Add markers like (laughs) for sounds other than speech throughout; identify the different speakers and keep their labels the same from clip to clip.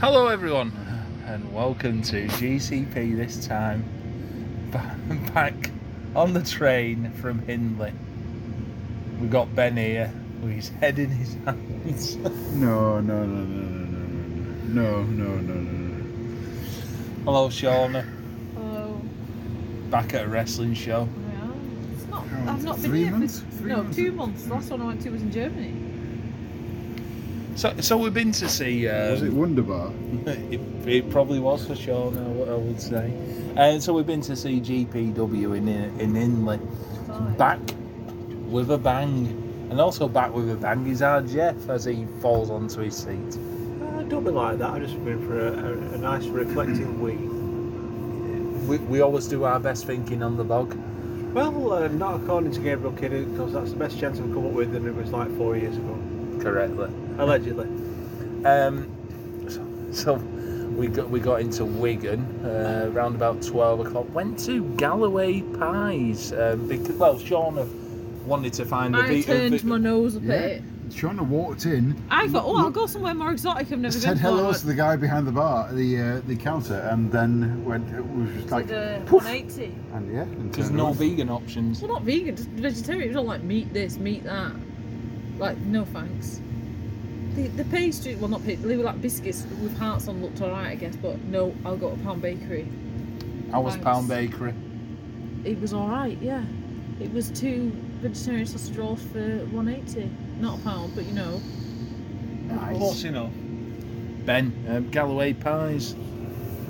Speaker 1: Hello, everyone.
Speaker 2: (laughs) and welcome to GCP this time. (laughs) Ba- Back on the train from Hindley. We've got Ben here with (laughs) his head in his hands.
Speaker 3: No, no, no, no, no, no, no, no, no, no,
Speaker 2: Hello, Shauna.
Speaker 3: Oh,
Speaker 4: Hello.
Speaker 2: Back at a wrestling show.
Speaker 4: Yeah. It's not.
Speaker 3: How
Speaker 4: I've
Speaker 3: is
Speaker 4: not
Speaker 3: it?
Speaker 4: been
Speaker 3: Three
Speaker 4: here
Speaker 3: months?
Speaker 4: for
Speaker 3: Three
Speaker 4: no
Speaker 3: months?
Speaker 4: two months. The last one I went to was in Germany.
Speaker 2: So, so we've been to see.
Speaker 3: no.
Speaker 2: Um,
Speaker 3: Was it Wonderbar?
Speaker 2: it, (laughs) it probably was for sure. Now, what I would say. And so we've been to see GPW in uh, in Inley.
Speaker 4: Five.
Speaker 2: Back with a bang, and also back with a bang is our Jeff as he falls onto his seat.
Speaker 5: Uh, don't be like that. I just been for a, a, a nice reflective week.
Speaker 2: We, we always do our best thinking on the bog.
Speaker 5: Well, uh, not according to Gabriel Kidd, because that's the best chance I've come up with, and it was like four years ago,
Speaker 2: Correctly.
Speaker 5: allegedly.
Speaker 2: Um, (laughs) so, so we got we got into Wigan uh, around about twelve o'clock. Went to Galloway Pies um, because well, Shauna wanted to find the
Speaker 4: I
Speaker 2: beat-
Speaker 4: turned my nose up
Speaker 3: Yeah.
Speaker 4: at it.
Speaker 3: Shauna walked in,
Speaker 4: I thought, oh, I'll
Speaker 3: Look-
Speaker 4: go somewhere more exotic. I've never
Speaker 3: said
Speaker 4: been
Speaker 3: hello
Speaker 4: before.
Speaker 3: to the guy behind the bar, the uh, the counter, and then went. It was just like,
Speaker 4: the
Speaker 3: poof,
Speaker 4: 180.
Speaker 3: and yeah, and
Speaker 2: There's
Speaker 3: turned
Speaker 2: no
Speaker 3: off.
Speaker 2: vegan options.
Speaker 4: Well, not vegan, just vegetarian. It was all like meat this, meat that. Like, no thanks. The, the pastry, well, not pastry, they were like biscuits with hearts on, looked alright, I guess, but no, I'll go to Pound Bakery.
Speaker 2: I was
Speaker 4: Thanks.
Speaker 2: Pound Bakery.
Speaker 4: It was alright, yeah. It was two vegetarian sausage rolls for 180. Not a pound, but you know.
Speaker 3: Nice.
Speaker 2: enough. Ben, um, Galloway Pies.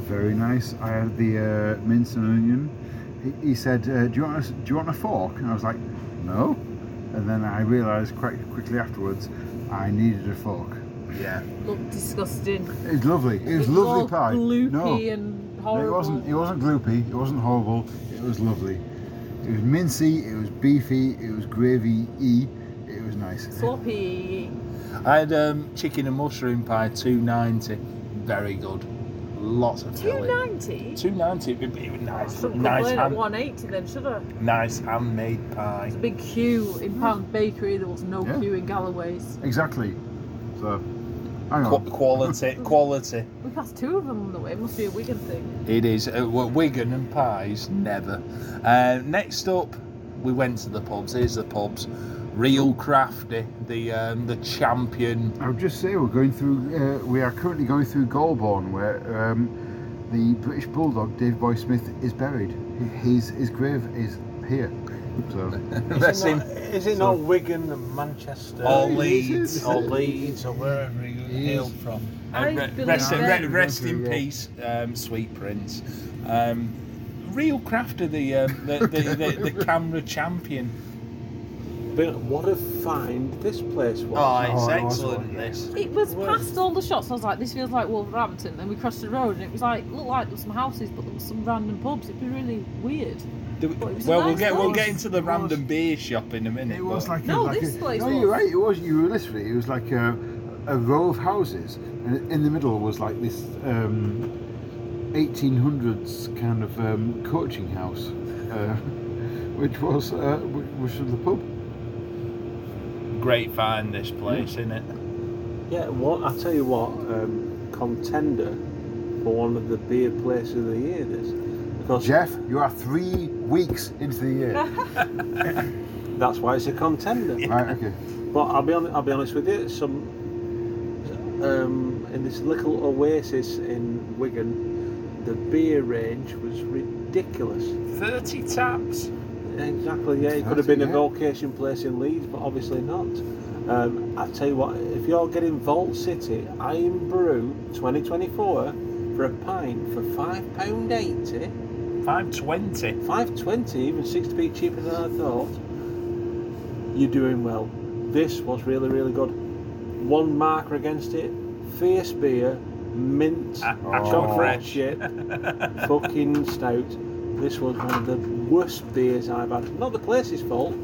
Speaker 3: Very nice. I had the uh, mince and onion. He, he said, uh, "Do you want a, do you want a fork?" And I was like, "No." And then I realised quite quickly afterwards, I needed a fork.
Speaker 2: Yeah.
Speaker 4: Looked disgusting.
Speaker 3: It was lovely. It was
Speaker 4: all
Speaker 3: lovely pie.
Speaker 4: gloopy
Speaker 3: no,
Speaker 4: and
Speaker 3: No,
Speaker 4: horrible.
Speaker 3: it wasn't. It wasn't gloopy. It wasn't horrible. It was lovely. It was mincy. It was beefy. It was gravy-y. It was nice.
Speaker 4: sloppy.
Speaker 2: I had um, chicken and mushroom pie, two ninety. Very good. Lots of
Speaker 4: Two
Speaker 2: filling.
Speaker 4: ninety.
Speaker 2: Two ninety. It was nice.
Speaker 4: Shouldn't
Speaker 2: Nice,
Speaker 4: complain at
Speaker 2: hand,
Speaker 4: one eighty then, should I?
Speaker 2: nice handmade pie.
Speaker 4: There's a big queue in Pound Bakery. There was no
Speaker 3: Hmm. Yeah.
Speaker 4: queue in Galloway's.
Speaker 3: Exactly. So, hang
Speaker 2: Qu-
Speaker 3: on.
Speaker 2: quality, quality.
Speaker 4: We passed two of them on the way. It must be a Wigan thing.
Speaker 2: It is. Uh, well, Wigan and pies, never. Uh, next up, we went to the pubs. Here's the pubs. Real crafty, the um, the champion.
Speaker 3: I would just say we're going through. Uh, we are currently going through Goulburn, where um, the British bulldog Dave Boy Smith is buried. His his grave is here. So
Speaker 2: That's
Speaker 5: it
Speaker 2: him.
Speaker 5: not, is it not Wigan and Manchester?
Speaker 2: Or
Speaker 3: Yeah, he
Speaker 2: Leeds,
Speaker 3: is.
Speaker 5: Or Leeds, or wherever he
Speaker 3: He
Speaker 5: hailed from.
Speaker 4: I
Speaker 2: And re-
Speaker 4: believe
Speaker 2: rest, in,
Speaker 4: that-
Speaker 2: re- rest in
Speaker 3: Yeah.
Speaker 2: peace, um, sweet prince. Um, real crafter, the, um, the, the, the the camera champion.
Speaker 5: But what a find this place was.
Speaker 2: Oh, it's
Speaker 3: was
Speaker 2: excellent.
Speaker 3: one, yeah.
Speaker 2: This.
Speaker 4: It was
Speaker 5: Where?
Speaker 4: past all the shots. I was like, this feels like Wolverhampton. Then we crossed the road and it was like, looked like there were some houses, but there was some random pubs. It'd be really weird.
Speaker 2: Do we-
Speaker 4: Well, it was a
Speaker 2: well, we'll
Speaker 4: nice
Speaker 2: get we'll
Speaker 4: place.
Speaker 2: get into the
Speaker 3: It was-
Speaker 2: random beer shop in a minute.
Speaker 3: it was
Speaker 2: but-
Speaker 3: like
Speaker 4: No,
Speaker 3: a, like
Speaker 4: this
Speaker 3: a,
Speaker 4: place
Speaker 3: No,
Speaker 4: was.
Speaker 3: you're right. It was. You were literally. It was like a, a row of houses, and in the middle was like this um, 1800s kind of um, coaching house, uh, (laughs) which was uh, wh- which was the pub.
Speaker 2: great find this place, isn't it?
Speaker 4: Mm.
Speaker 5: Yeah, what I tell you what, um, contender for one of the beer places of the year. This because
Speaker 3: Jeff, you are three weeks into the
Speaker 4: (laughs)
Speaker 3: year.
Speaker 5: that's why it's a contender.
Speaker 3: (laughs) right. Okay.
Speaker 5: But I'll be on, I'll be honest with you. Some um, in this little oasis in Wigan, the beer range was ridiculous.
Speaker 2: Thirty taps.
Speaker 5: Exactly. Yeah, it could have been a vocation place in Leeds, but obviously not. Um, I tell you what, if you're getting Vault City Iron Brew 2024 for a pint for five pound eighty,
Speaker 2: Five twenty. (laughs)
Speaker 5: five twenty, even six to be cheaper than I thought, you're doing well. This was really, really good. One marker against it: fierce beer, mint,
Speaker 2: Ah,
Speaker 5: chocolate
Speaker 2: fresh. (laughs)
Speaker 5: chip, fucking stout. This was one of the worst beers I've had. Not the place's fault,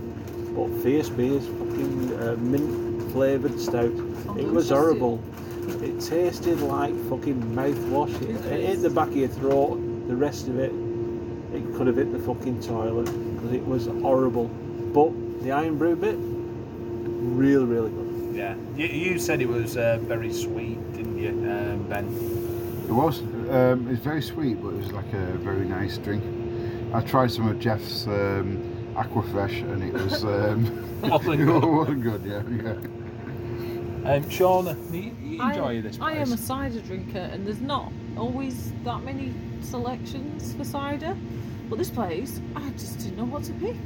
Speaker 5: but fierce beers, fucking uh, mint flavoured stout. It was
Speaker 4: Unprocessed.
Speaker 5: horrible. It tasted like fucking mouthwash. It, it hit the back of your throat. The rest of it, it could have hit the fucking toilet because it was horrible. But the iron brew bit, really, really good.
Speaker 2: Yeah, you, you said it was uh, very sweet, didn't you? you, um,
Speaker 4: (laughs)
Speaker 2: Ben?
Speaker 3: It was. Um, it was very sweet, but it was like a very nice drink. I tried some of Jeff's um, Aquafresh, and it was um, (laughs)
Speaker 4: Oh,
Speaker 2: Wasn't
Speaker 3: it
Speaker 2: good.
Speaker 3: wasn't good. Yeah, yeah.
Speaker 2: Um, Shauna, you, you enjoy
Speaker 4: I,
Speaker 2: this
Speaker 4: I
Speaker 2: place.
Speaker 4: am a cider drinker, and there's not always that many selections for cider. But this place, I just didn't know what to pick.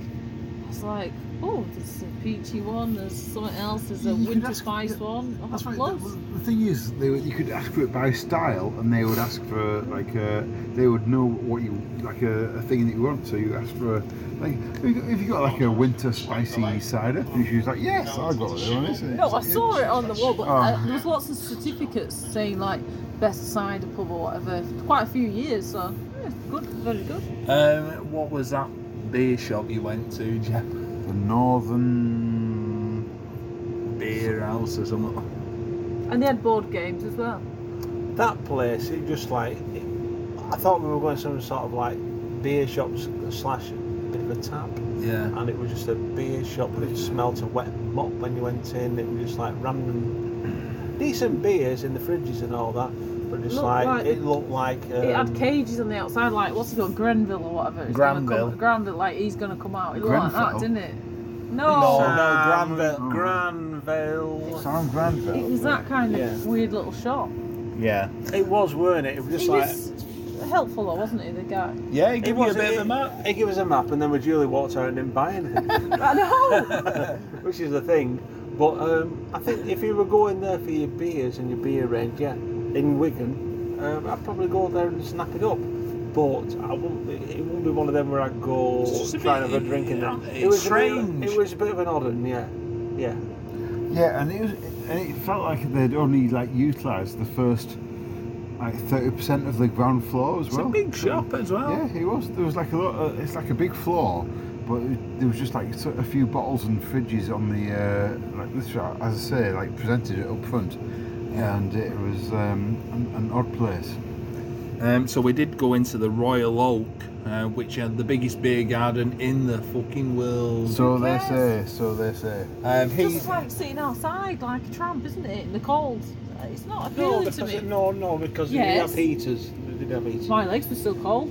Speaker 4: I was like, oh, there's a peachy one, there's something else, there's a
Speaker 3: You could
Speaker 4: winter
Speaker 3: ask-
Speaker 4: spice
Speaker 3: yeah,
Speaker 4: one. Oh,
Speaker 3: That's right.
Speaker 4: loads.
Speaker 3: The, the thing is, they would, you could ask for it by style, and they would ask for like uh, they would know what you like a, a thing that you want. So you ask for a, like if you got- if you got like a winter spicy cider, and she was like, "Yes, I got it." on this."
Speaker 4: No, I saw it on the wall, but
Speaker 3: Oh.
Speaker 4: uh, there was lots of certificates saying like best cider pub or whatever. Quite a few years, so yeah, good, very good.
Speaker 2: Um, what was that beer shop you went to, Jeff?
Speaker 3: The northern.
Speaker 2: Beer house or something?
Speaker 4: And they had board games as well.
Speaker 5: that place it just like it, I thought we were going to some sort of like beer shop s- slash bit of a tap
Speaker 2: Yeah.
Speaker 5: and it was just a beer shop but it smelt of wet mop when you went in it was just like random decent beers in the fridges and all that but just
Speaker 4: Looked
Speaker 5: like,
Speaker 4: like-
Speaker 5: it looked like um,
Speaker 4: it had cages on the outside, like what's it called, Grenville or whatever. It's gonna come-
Speaker 2: Granville.
Speaker 4: Granville, like he's gonna come out. It looked like that,
Speaker 3: Grenfell?
Speaker 4: didn't it?
Speaker 2: No,
Speaker 4: No,
Speaker 2: no,
Speaker 5: Sam-
Speaker 2: Granville.
Speaker 5: Granville
Speaker 3: Sam Granville.
Speaker 4: it was that kind of
Speaker 5: Yeah.
Speaker 4: weird little shop.
Speaker 2: Yeah.
Speaker 5: it was weren't it it was just
Speaker 4: he
Speaker 5: like
Speaker 4: was helpful though, wasn't he? The guy.
Speaker 2: Yeah, he
Speaker 5: it
Speaker 2: gave you a
Speaker 5: was
Speaker 2: bit
Speaker 5: it,
Speaker 2: of a map.
Speaker 5: It gave us a map, and then when Julie walked out and didn't buy anything.
Speaker 4: I
Speaker 5: (laughs)
Speaker 4: know.
Speaker 5: which is the thing. But um, I think if you were going there for your beers and your beer range, yeah, in Wigan, um, I'd probably go there and snap it up. But I wouldn't, it wouldn't be one of them where I'd go
Speaker 2: It's just a
Speaker 5: try and
Speaker 2: bit-
Speaker 5: have a drink in there.
Speaker 2: it's
Speaker 5: a bit of-
Speaker 2: strange.
Speaker 5: it was a bit of an odd one, yeah. Yeah.
Speaker 3: Yeah, and it was, and it felt like they'd only like utilised the first like thirty percent of the ground floor as
Speaker 2: It's
Speaker 3: well.
Speaker 2: a big
Speaker 3: So-
Speaker 2: shop as well.
Speaker 3: Yeah, it was. There was like a lot. Of, it's like a big floor, but it, there was just like sort of a few bottles and fridges on the uh, like this. As I say, like presented it up front, and it was um, an, an odd place.
Speaker 2: Um, so we did go into the Royal Oak, uh, which had the biggest beer garden in the fucking world.
Speaker 3: So
Speaker 4: Who
Speaker 3: they say.
Speaker 4: cares?
Speaker 3: So they say.
Speaker 2: um, he-
Speaker 4: Just like sitting outside like a tramp, isn't it? In the cold. It's not
Speaker 5: No,
Speaker 4: appealing to
Speaker 5: because,
Speaker 4: me.
Speaker 5: no, no, because
Speaker 4: they didn't Yes. have
Speaker 5: they didn't have heaters. They didn't have heaters.
Speaker 4: My legs were still cold.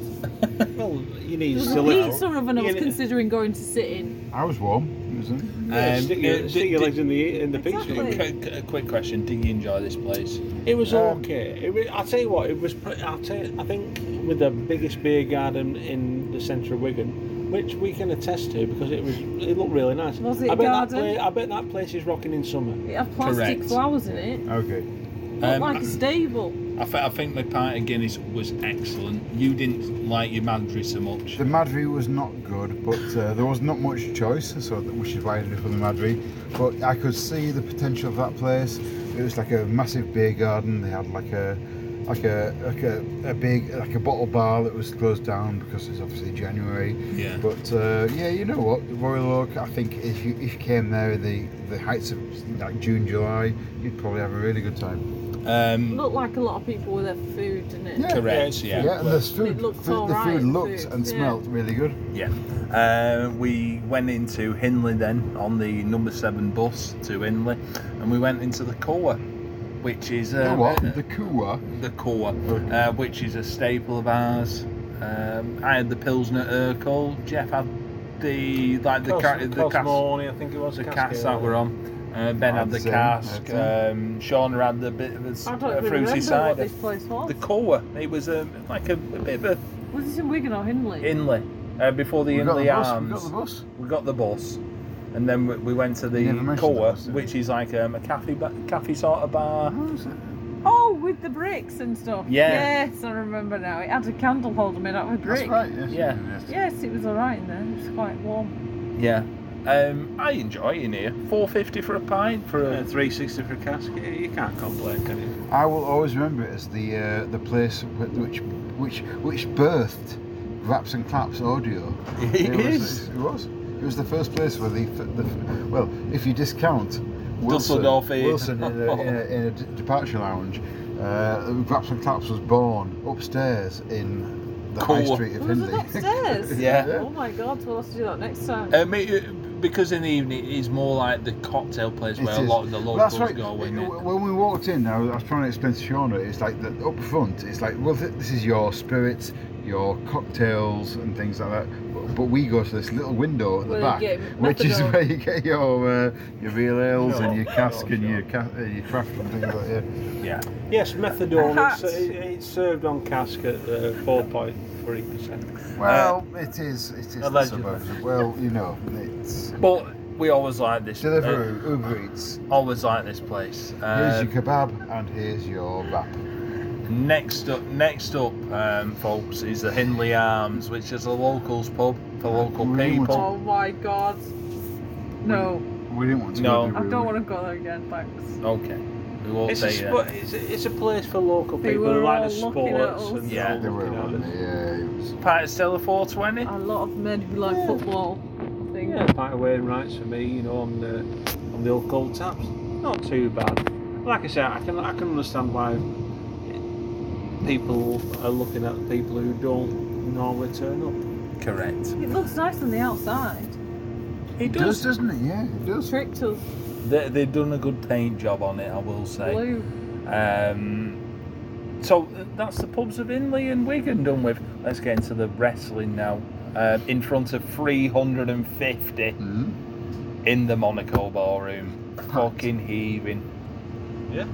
Speaker 5: Well, you need
Speaker 4: There was a pizza oven I was considering going to sit in.
Speaker 3: I was warm. It was in.
Speaker 2: Um,
Speaker 5: uh, stick your,
Speaker 2: did-
Speaker 5: stick your
Speaker 2: did-
Speaker 5: legs in the in the pizza.
Speaker 4: Exactly.
Speaker 5: oven.
Speaker 2: Qu- qu- quick question: Did you enjoy this place?
Speaker 5: It was
Speaker 3: Um,
Speaker 5: okay. It was, I'll tell you what, it was. pre- I'll tell you, I think with the biggest beer garden in the centre of Wigan, which we can attest to because it was, it looked really nice.
Speaker 4: Was it
Speaker 5: I bet
Speaker 4: garden?
Speaker 5: That pla- I bet that place is rocking in summer.
Speaker 4: It had plastic
Speaker 2: Correct. Um,
Speaker 4: flowers in it.
Speaker 3: Okay.
Speaker 4: Looked like a stable.
Speaker 2: I, th- I think my pint of Guinness was excellent. You didn't like your Madry so much.
Speaker 3: The Madry was not good, but uh, there was not much choice, so th- which is why I ended up on the Madry. But I could see the potential of that place. It was like a massive beer garden. They had like a like a like a, a big like a bottle bar that was closed down because it's obviously January.
Speaker 2: Yeah.
Speaker 3: But uh, yeah, you know what, Royal Oak. I think if you if you came there in the the heights of like June, July, you'd probably have a really good time.
Speaker 2: Um,
Speaker 4: Looked like a lot of people were there for food, didn't it?
Speaker 3: Yeah.
Speaker 2: correct. Yeah.
Speaker 3: Yeah, and the food,
Speaker 4: looked
Speaker 3: food the
Speaker 4: alright,
Speaker 3: food looked
Speaker 4: food,
Speaker 3: and
Speaker 4: yeah.
Speaker 3: smelt really good.
Speaker 2: Yeah. Uh, we went into Hindley then on the number seven bus to Hindley, and we went into the Coa, which is uh,
Speaker 3: You know what?
Speaker 2: uh,
Speaker 3: The Kua.
Speaker 2: (laughs) the Coa, uh, which is a staple of ours. Um, I had the Pilsner Urkel. Jeff had the like the ca- the cask,
Speaker 5: I think it was
Speaker 2: the cask that we're on. Uh, ben had
Speaker 3: I had
Speaker 2: the
Speaker 3: the same,
Speaker 2: cask.
Speaker 3: I had
Speaker 2: Um, Sean had the bit of a s-
Speaker 4: I don't
Speaker 2: uh,
Speaker 4: really
Speaker 2: fruity
Speaker 4: remember what
Speaker 2: cider.
Speaker 4: this place was.
Speaker 2: The Coa. It was a like a, a bit of a
Speaker 4: Was this in Wigan or Hindley?
Speaker 2: inlay uh, before the um,
Speaker 3: We got the
Speaker 2: inlay
Speaker 3: bus,
Speaker 2: arms.
Speaker 3: we got the bus.
Speaker 2: we got the bus, and then we- we went to
Speaker 3: You
Speaker 2: the
Speaker 3: never mentioned
Speaker 2: Coa,
Speaker 3: the bus, did
Speaker 2: which is like um, a cafe, ba- cafe sort of bar.
Speaker 4: Oh, with the bricks and stuff.
Speaker 2: Yeah.
Speaker 4: Yes, I remember now. It had a candle holder made out of a brick.
Speaker 3: That's right, yes.
Speaker 2: Yeah.
Speaker 4: Yes, it was alright in there. It was quite warm.
Speaker 2: Yeah, um, I enjoy in here. Four fifty for a pint for a.
Speaker 5: 360 for a cask. You can't complain, can you?
Speaker 3: I will always remember it as the uh, the place wh- which which which birthed Raps and Claps audio. (laughs)
Speaker 2: It is.
Speaker 3: Was, it was. It was the first place where the, f- the f- well, if you discount Wilson,
Speaker 2: Dusseldorf Inn.
Speaker 3: Wilson in a, (laughs) in a, in a d- departure lounge, uh, Raps and Claps was born upstairs in the high
Speaker 2: Cool.
Speaker 3: street of
Speaker 4: Was it
Speaker 3: Hindley. (laughs)
Speaker 4: upstairs?
Speaker 2: Yeah.
Speaker 4: Oh my god, we'll have to do that next time.
Speaker 2: Um, it, because in the evening it is more like the cocktail place
Speaker 3: It
Speaker 2: where a
Speaker 3: is.
Speaker 2: lot of the
Speaker 3: Well,
Speaker 2: locals
Speaker 3: right.
Speaker 2: go. is
Speaker 3: W- When we walked in, I was, I was trying to explain to Shauna, it's like that up front, it's like, well, th- this is your spirits, your cocktails, and things like that. But- But we go to this little window at the
Speaker 4: Where you
Speaker 3: back,
Speaker 4: get
Speaker 3: which is (laughs)
Speaker 4: methadone.
Speaker 3: where you get your uh, your real ales
Speaker 2: Shut
Speaker 3: and your
Speaker 2: up,
Speaker 3: cask
Speaker 2: shut
Speaker 3: and
Speaker 2: up,
Speaker 3: your
Speaker 2: shut
Speaker 3: ca- uh, your craft and things
Speaker 2: (laughs)
Speaker 3: like that.
Speaker 2: Yeah.
Speaker 5: Yes, methadone. It's,
Speaker 4: Perhaps.
Speaker 5: it, it's served on cask at uh, 4.3%.
Speaker 3: Well, it is it is the
Speaker 2: allegedly.
Speaker 3: suburbs. Well, you know, it's
Speaker 2: But we always like this.
Speaker 3: delivery, Uber Eats.
Speaker 2: uh, always like this place.
Speaker 3: Here's
Speaker 2: Uh,
Speaker 3: your kebab and here's your wrap.
Speaker 2: next up, next up, um, folks, is the Hindley Arms, which is a locals pub for local
Speaker 3: Really
Speaker 2: people.
Speaker 4: Oh my god. No,
Speaker 3: We didn't want to
Speaker 2: No.
Speaker 3: go to
Speaker 4: I don't want
Speaker 3: to.
Speaker 4: to go there again, thanks.
Speaker 2: Okay, we will
Speaker 5: It's a,
Speaker 2: say
Speaker 5: spo-
Speaker 2: that.
Speaker 5: it's, a, it's a place for local
Speaker 4: They
Speaker 5: people who
Speaker 4: were
Speaker 5: like
Speaker 4: all
Speaker 5: the
Speaker 4: looking at
Speaker 5: sports.
Speaker 4: us.
Speaker 5: And
Speaker 2: Yeah.
Speaker 5: all
Speaker 3: They were,
Speaker 5: looking at
Speaker 3: weren't
Speaker 5: us.
Speaker 3: they? yeah, it was.
Speaker 2: Part of Stella 420.
Speaker 4: A lot of men who like
Speaker 5: Yeah.
Speaker 4: football. I think.
Speaker 5: Yeah, pint of Wainwrights for me, you know, on the on the old cold taps. Not too bad. Like I said, I can I can understand why people are looking at people who don't normally turn up.
Speaker 2: Correct.
Speaker 4: It looks nice on the outside.
Speaker 2: He
Speaker 3: It does, doesn't it? Yeah, it does.
Speaker 4: Tricked us.
Speaker 2: They, they've done a good paint job on it, I will say.
Speaker 4: Blue.
Speaker 2: Um, so uh, that's the pubs of Inley and Wigan done with. Let's get into the wrestling now. Um in front of 350
Speaker 3: Mm.
Speaker 2: in the Monaco ballroom. Fucking heaving.
Speaker 5: Yeah.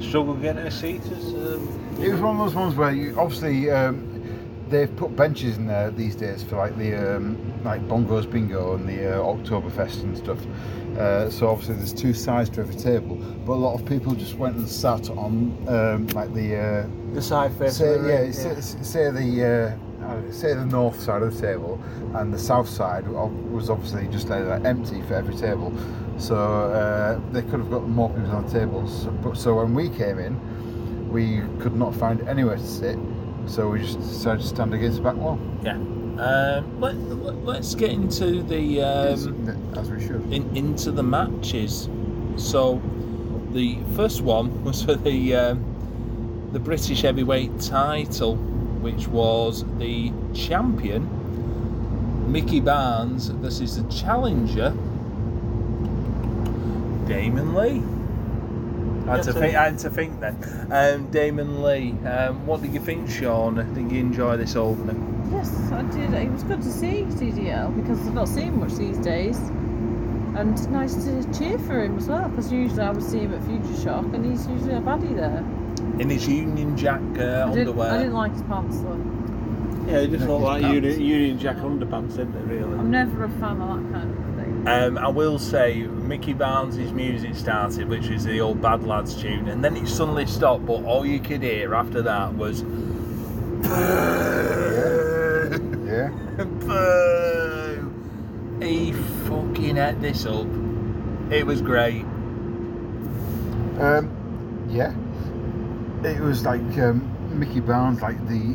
Speaker 5: Struggle getting a seat is um,
Speaker 3: It was one of those ones where you obviously um, they've put benches in there these days for like the um, like Bongos Bingo and the uh, Oktoberfest and stuff. Uh, so obviously there's two sides to every table, but a lot of people just went and sat on um, like the
Speaker 5: the side
Speaker 3: uh,
Speaker 5: face.
Speaker 3: say,
Speaker 5: of the
Speaker 3: yeah,
Speaker 5: ring,
Speaker 3: Say, say the uh, uh, say the north side of the table and the south side ob- was obviously just like, like empty for every table. So uh, they could have got more people on the tables. But so when we came in, we could not find anywhere to sit, so we just decided to stand against the back wall,
Speaker 2: Um, let, let, let's get into the
Speaker 3: as-
Speaker 2: um,
Speaker 3: as we should.
Speaker 2: in, into the matches. So the first one (laughs) was for the um, the British heavyweight title, which was the champion Mickey Barnes versus the challenger Damon Lee. I had,
Speaker 5: Yes,
Speaker 2: to
Speaker 5: sir.
Speaker 2: think, I had to think then. Um, Damon Lee, um, what did you think, Sean? Did you enjoy this opening?
Speaker 4: Yes, I did. It was good to see TDL because I've not seen much these days. And it's nice to cheer for him as well because usually I would see him at Future Shock and he's usually a baddie there.
Speaker 2: In his Union Jack uh,
Speaker 4: I, didn't,
Speaker 2: underwear.
Speaker 4: I didn't like his pants though.
Speaker 5: yeah, it just
Speaker 3: Jack
Speaker 5: looked
Speaker 3: is
Speaker 5: like
Speaker 3: pants.
Speaker 5: Union, Union Jack underpants, didn't it? Really.
Speaker 4: I'm never a fan of that kind of thing.
Speaker 2: Um, I will say, Mickey Barnes' music started, which is the old Bad Lads tune, and then it suddenly stopped. But all you could hear after that was boo,
Speaker 3: Yeah.
Speaker 2: (laughs) boo. He fucking ate this up. It was great.
Speaker 3: Um, yeah, it was like um, Mickey Barnes, like the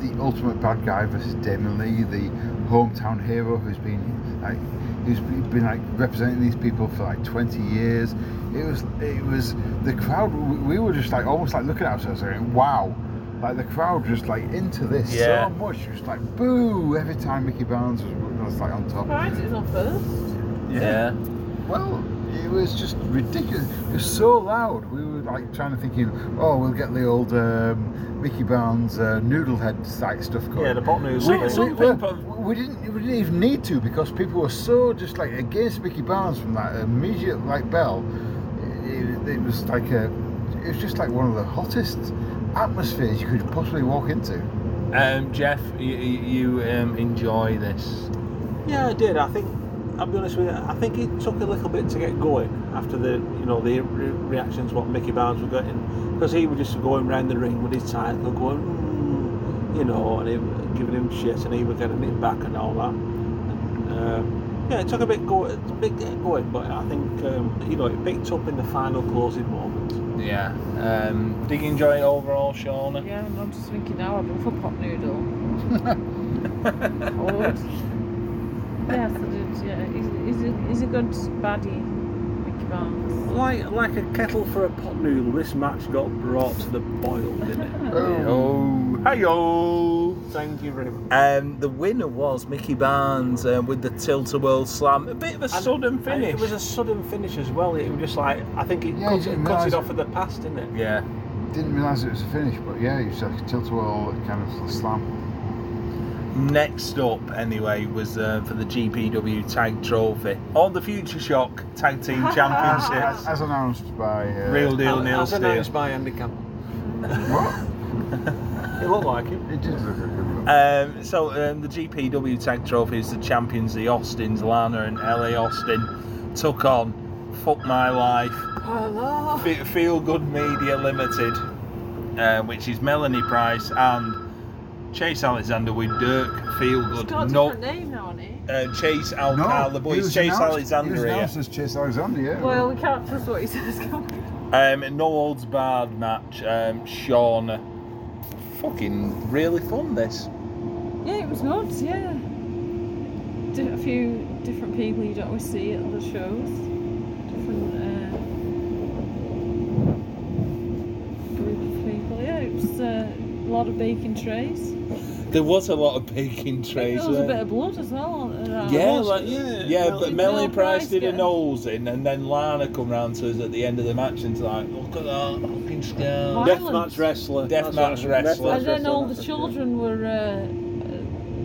Speaker 3: the ultimate bad guy versus Damon Lee, the hometown hero who's been like who's been like representing these people for like 20 years. It was it was the crowd. we- We were just like almost like looking at ourselves going, wow. Like the crowd just like into this
Speaker 2: Yeah.
Speaker 3: so much, just like boo every time Mickey Barnes was, was like on top.
Speaker 4: Alright, it was on first.
Speaker 3: Well, it was just ridiculous. It was so loud. We were like trying to thinking, oh, we'll get the old um, Mickey Barnes uh, noodle head site stuff going.
Speaker 5: yeah, the bottom news.
Speaker 2: We-
Speaker 3: we,
Speaker 2: some
Speaker 3: we-
Speaker 2: people-
Speaker 3: we didn't. We didn't even need to because people were so just like against Mickey Barnes from that immediate like bell. It, it was like a. It was just like one of the hottest atmospheres you could possibly walk into. (laughs)
Speaker 2: Um, Jeff, you, you um, enjoy this?
Speaker 5: Yeah, I did. I think I'll be honest with you. I think it took a little bit to get going after the you know the re- reactions what Mickey Barnes was getting because he was just going round the ring with his title, going "Mm," you know, and he was giving him shit, and he was getting it back and all that. And, uh, yeah, it took a bit go, a bit get going, but I think um, you know it picked up in the final closing moment.
Speaker 2: Yeah. Um, did you enjoy it overall,
Speaker 4: (laughs)
Speaker 2: Shauna?
Speaker 4: Yeah, and I'm just thinking now I'd love a pot noodle. I would. yes, I did. (laughs) Yeah, he's, he's, a, he's a good baddie, Mickey
Speaker 5: (laughs)
Speaker 4: Barnes.
Speaker 5: Like like a kettle for a pot noodle, this match got brought to the boil, didn't it?
Speaker 3: Oh.
Speaker 2: Oh, hey
Speaker 5: Thank you very much.
Speaker 2: Um, the winner was Mickey Barnes um, with the Tilt a Whirl Slam. A bit of a
Speaker 5: And-
Speaker 2: sudden
Speaker 5: And
Speaker 2: finish.
Speaker 5: It was a sudden finish as well. It was just like I think it
Speaker 3: Yeah,
Speaker 5: cut,
Speaker 3: you
Speaker 5: it,
Speaker 3: didn't
Speaker 5: cut
Speaker 3: realise-
Speaker 5: it off at the past, didn't it?
Speaker 2: yeah.
Speaker 3: Didn't realise it was a finish, but yeah, you said tilt a whirl kind of slam.
Speaker 2: Next up, anyway, was uh, for the GPW Tag Trophy or the Future Shock Tag
Speaker 5: (laughs)
Speaker 2: Team
Speaker 3: As,
Speaker 2: Championships.
Speaker 3: as, as announced by. Uh,
Speaker 2: Real deal,
Speaker 5: As-
Speaker 2: Neil
Speaker 5: as
Speaker 2: Steele.
Speaker 5: announced by Andy Campbell.
Speaker 3: What?
Speaker 5: It looked like it.
Speaker 3: It did look a good one.
Speaker 2: Um, so um, the GPW Tag Trophy is the champions, the Austins, Lana and LA Austin, took on Fuck My Life,
Speaker 4: Hello.
Speaker 2: Fe- Feel Good Media Limited, uh, which is Melanie Price and Chase Alexander with Dirk Feel
Speaker 4: It's
Speaker 2: Good.
Speaker 4: got a
Speaker 2: No,
Speaker 4: different name now, hasn't it?
Speaker 2: uh, Chase
Speaker 3: No,
Speaker 2: Alcar, the boy
Speaker 3: he was
Speaker 2: Chase
Speaker 3: announced-
Speaker 2: Alexander
Speaker 3: He was
Speaker 2: here.
Speaker 3: announced as Chase Alexander, yeah.
Speaker 4: Well, we can't trust what he says, (laughs) can we?
Speaker 2: Um, no holds barred match. Um, Shauna, fucking really fun this.
Speaker 4: Yeah, it was good, yeah. Di- a few different people you don't always see at other shows. Different uh, group of people. Yeah, it was uh, a lot of baking trays.
Speaker 2: There was a lot of baking trays.
Speaker 4: there was a
Speaker 2: weren't
Speaker 4: bit of blood as well. uh, around.
Speaker 2: Yeah,
Speaker 5: was,
Speaker 2: like, yeah,
Speaker 5: yeah. Mel-
Speaker 2: but
Speaker 4: Did
Speaker 2: Melanie
Speaker 4: Mel
Speaker 2: Price
Speaker 4: Price
Speaker 2: did a
Speaker 4: get-
Speaker 2: nose in, and then Lana come round to us at the end of the match and's like, look at that fucking scale.
Speaker 4: What? Violence.
Speaker 5: Deathmatch wrestler.
Speaker 2: Deathmatch
Speaker 5: That's right.
Speaker 2: wrestler.
Speaker 4: And then all the
Speaker 5: Deathmatch
Speaker 4: children were uh,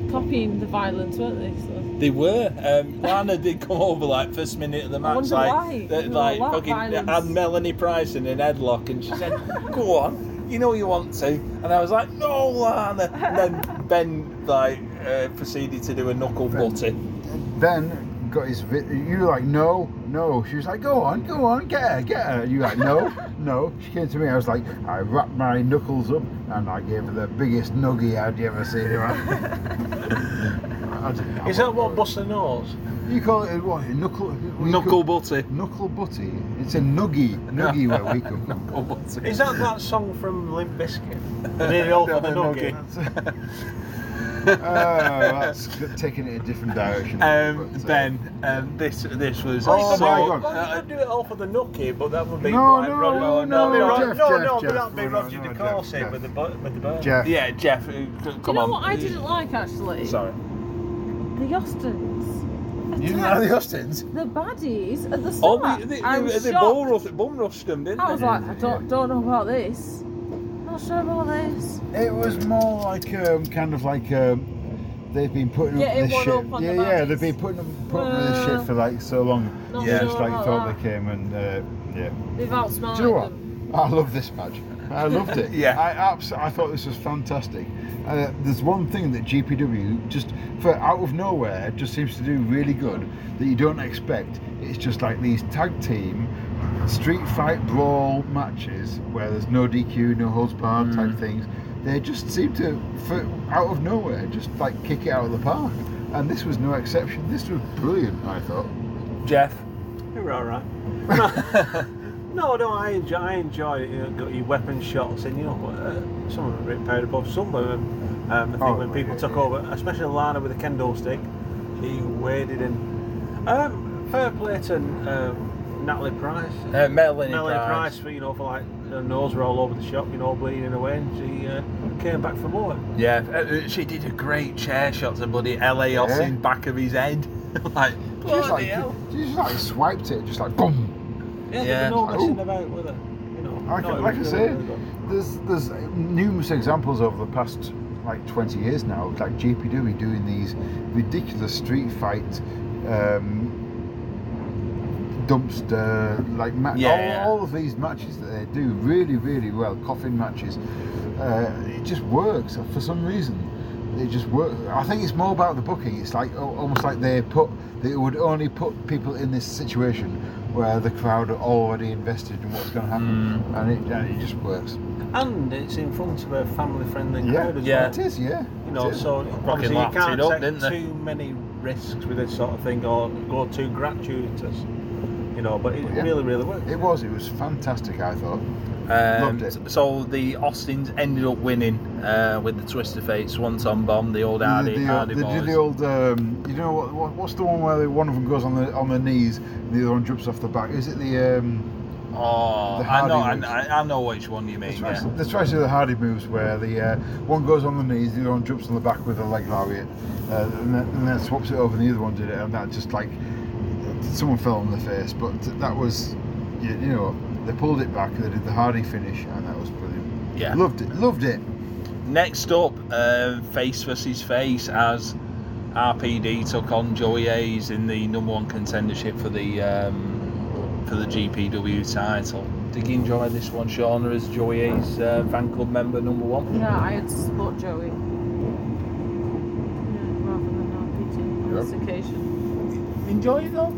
Speaker 4: uh, copying the violence, weren't they? So.
Speaker 2: They were. Um, Lana did come over like first minute of the match,
Speaker 4: wonder
Speaker 2: like,
Speaker 4: why.
Speaker 2: that-
Speaker 4: There was
Speaker 2: like
Speaker 4: a lot of
Speaker 2: fucking
Speaker 4: violence.
Speaker 2: had Melanie Price in an headlock, and she said,
Speaker 4: (laughs)
Speaker 2: "Go on, you know you want to." And I was like, "No, Lana." And then Ben like uh, proceeded to do a knuckle
Speaker 3: Ben.
Speaker 2: butty.
Speaker 3: Ben got his. Vi- you were like, no, no. She was like, go on, go on, get her, get her. You were like, no, (laughs) no. She came to me. I was like, I wrapped my knuckles up and I gave her the biggest nuggy I'd ever seen. in my- (laughs) I didn't know
Speaker 5: Is that what Buster knows?
Speaker 3: you call it? What a knuckle? we
Speaker 2: Knuckle
Speaker 3: call-
Speaker 2: butty.
Speaker 3: Knuckle butty. It's a nuggy,
Speaker 2: (laughs)
Speaker 3: nuggy where we come from.
Speaker 2: Knuckle butty.
Speaker 5: Is that that song from Limp Bizkit? They all for the nugget.
Speaker 2: (laughs)
Speaker 3: (laughs) oh, that's taking it a different direction.
Speaker 2: Um,
Speaker 3: but, uh,
Speaker 2: Ben, um, this this was
Speaker 3: Oh
Speaker 2: also
Speaker 3: my God.
Speaker 5: Well, you could do it all for the nookie, but that would be
Speaker 3: No,
Speaker 5: like
Speaker 3: no,
Speaker 5: Roger,
Speaker 3: no,
Speaker 5: no,
Speaker 2: no,
Speaker 5: no,
Speaker 2: Jeff,
Speaker 5: no,
Speaker 3: Jeff,
Speaker 5: no,
Speaker 3: Jeff,
Speaker 5: but that'd be
Speaker 3: no, no,
Speaker 5: Roger
Speaker 3: no,
Speaker 5: no,
Speaker 3: Jeff,
Speaker 5: DeCourcy
Speaker 3: Jeff.
Speaker 5: with the bu- with the bird.
Speaker 3: Jeff.
Speaker 2: yeah, Jeff, uh, c- come
Speaker 4: Do you know
Speaker 2: on.
Speaker 4: what I didn't like actually?
Speaker 2: Sorry,
Speaker 4: The Austins.
Speaker 2: you
Speaker 4: Attacked
Speaker 2: the Austins.
Speaker 4: the baddies at the
Speaker 2: Oh,
Speaker 4: start.
Speaker 2: they, they,
Speaker 4: I
Speaker 2: they,
Speaker 4: was
Speaker 2: they bum,
Speaker 4: shocked.
Speaker 2: rushed, bum rushed them, didn't
Speaker 4: I was
Speaker 2: they?
Speaker 4: like, I don't, don't know about this. Not sure about this.
Speaker 3: It was more like um, kind of like um, they've been putting up
Speaker 4: Getting
Speaker 3: with this
Speaker 4: one
Speaker 3: shit.
Speaker 4: up on
Speaker 3: yeah,
Speaker 4: the
Speaker 3: yeah,
Speaker 4: bodies.
Speaker 3: they've been putting up, putting up with this
Speaker 4: Well,
Speaker 3: shit for like so long.
Speaker 4: Not
Speaker 2: Yeah.
Speaker 4: sure
Speaker 3: Just like
Speaker 4: about
Speaker 3: thought
Speaker 4: that.
Speaker 3: they came and uh, yeah.
Speaker 4: They've outsmarted
Speaker 3: Do you know what?
Speaker 4: them.
Speaker 3: I love this match. I loved
Speaker 2: (laughs)
Speaker 3: it.
Speaker 2: Yeah.
Speaker 3: I abs- I thought this was fantastic. Uh, there's one thing that GPW just for out of nowhere just seems to do really good that you don't expect. It's just like these tag team street fight brawl matches where there's no DQ, no holds barred
Speaker 2: Mm.
Speaker 3: type things. They just seem to for out of nowhere just like kick it out of the park. And this was no exception. This was brilliant. I thought.
Speaker 2: Jeff.
Speaker 5: They were all right.
Speaker 3: (laughs)
Speaker 5: No, no, I enjoy, I enjoy it. You know, got your weapon shots, and you know, uh, some of them are a bit paid above. Some of them, um, I think,
Speaker 3: Oh,
Speaker 5: when people
Speaker 3: yeah,
Speaker 5: took
Speaker 3: yeah.
Speaker 5: over, especially Lana with a kendo stick, she waded in. Um, fair play to um, Natalie Price.
Speaker 2: Uh, Melanie,
Speaker 5: Melanie Price,
Speaker 2: Price.
Speaker 5: for, you know, for like her nose were all over the shop, you know, bleeding away, and she uh, came back for more.
Speaker 2: Yeah, uh, uh, she did a great chair shot to buddy LA
Speaker 3: Yeah.
Speaker 2: Austin back of his head. (laughs) like,
Speaker 3: She just
Speaker 2: bloody
Speaker 3: like,
Speaker 2: hell.
Speaker 3: she just like swiped it, just like boom.
Speaker 5: Yeah,
Speaker 2: Yeah.
Speaker 5: there's no
Speaker 3: Like,
Speaker 5: messing
Speaker 3: ooh.
Speaker 5: about with her. You know,
Speaker 3: Like,
Speaker 5: No, it
Speaker 3: like I
Speaker 5: was
Speaker 3: say,
Speaker 5: really good.
Speaker 3: there's there's numerous examples over the past like 20 years now, like GPW doing these ridiculous street fight um, dumpster like ma-
Speaker 2: Yeah,
Speaker 3: all,
Speaker 2: yeah.
Speaker 3: all of these matches that they do really really well, coffin matches. Uh, it just works for some reason. It just works. I think it's more about the booking. It's like al- almost like they put they would only put people in this situation where the crowd are already invested in what's going to happen,
Speaker 2: Hmm.
Speaker 3: and, it, and it just works.
Speaker 5: and it's in front of a family-friendly
Speaker 3: Yeah.
Speaker 5: crowd as
Speaker 2: Yeah.
Speaker 5: well.
Speaker 3: It is, yeah.
Speaker 5: You know,
Speaker 3: It is.
Speaker 5: so obviously you
Speaker 2: lapped
Speaker 5: can't
Speaker 2: it up,
Speaker 5: take
Speaker 2: didn't they?
Speaker 5: too many risks with this sort of thing or go too gratuitous. You know, but it
Speaker 3: Yeah.
Speaker 5: really, really worked.
Speaker 3: It was. It was fantastic. I thought.
Speaker 2: Um,
Speaker 3: Loved it.
Speaker 2: so the Austins ended up winning uh, with the twist of fate, Swanton Bomb, the old Hardy,
Speaker 3: they, did the,
Speaker 2: Hardy
Speaker 3: they did
Speaker 2: boys.
Speaker 3: the old. Um, you know what, what? What's the one where the, one of them goes on the on the knees, and the other one jumps off the back? Is it the um,
Speaker 2: Oh,
Speaker 3: The
Speaker 2: I know, I,
Speaker 3: Hardy
Speaker 2: I I know which one you mean.
Speaker 3: Let's try,
Speaker 2: Yeah.
Speaker 3: some- let's try some of the Hardy moves where the uh, one goes on the knees, the other one jumps on the back with a leg lariat, uh, and, then, and then swaps it over, and the other one did it, and that just like someone fell on the face. But that was, you, you know, they pulled it back, they did the Hardy finish, and that was brilliant.
Speaker 2: yeah.
Speaker 3: Loved it, loved it.
Speaker 2: Next up, uh, face versus face, as RPD took on Joey Hayes in the number one contendership for the um, for the GPW title. Did you enjoy this one, Shauna, as Joey Hayes uh, fan club member number one?
Speaker 4: Yeah, I had to support Joey. Yeah, rather than RPG on
Speaker 3: Yep.
Speaker 4: this occasion.
Speaker 2: Enjoy it though.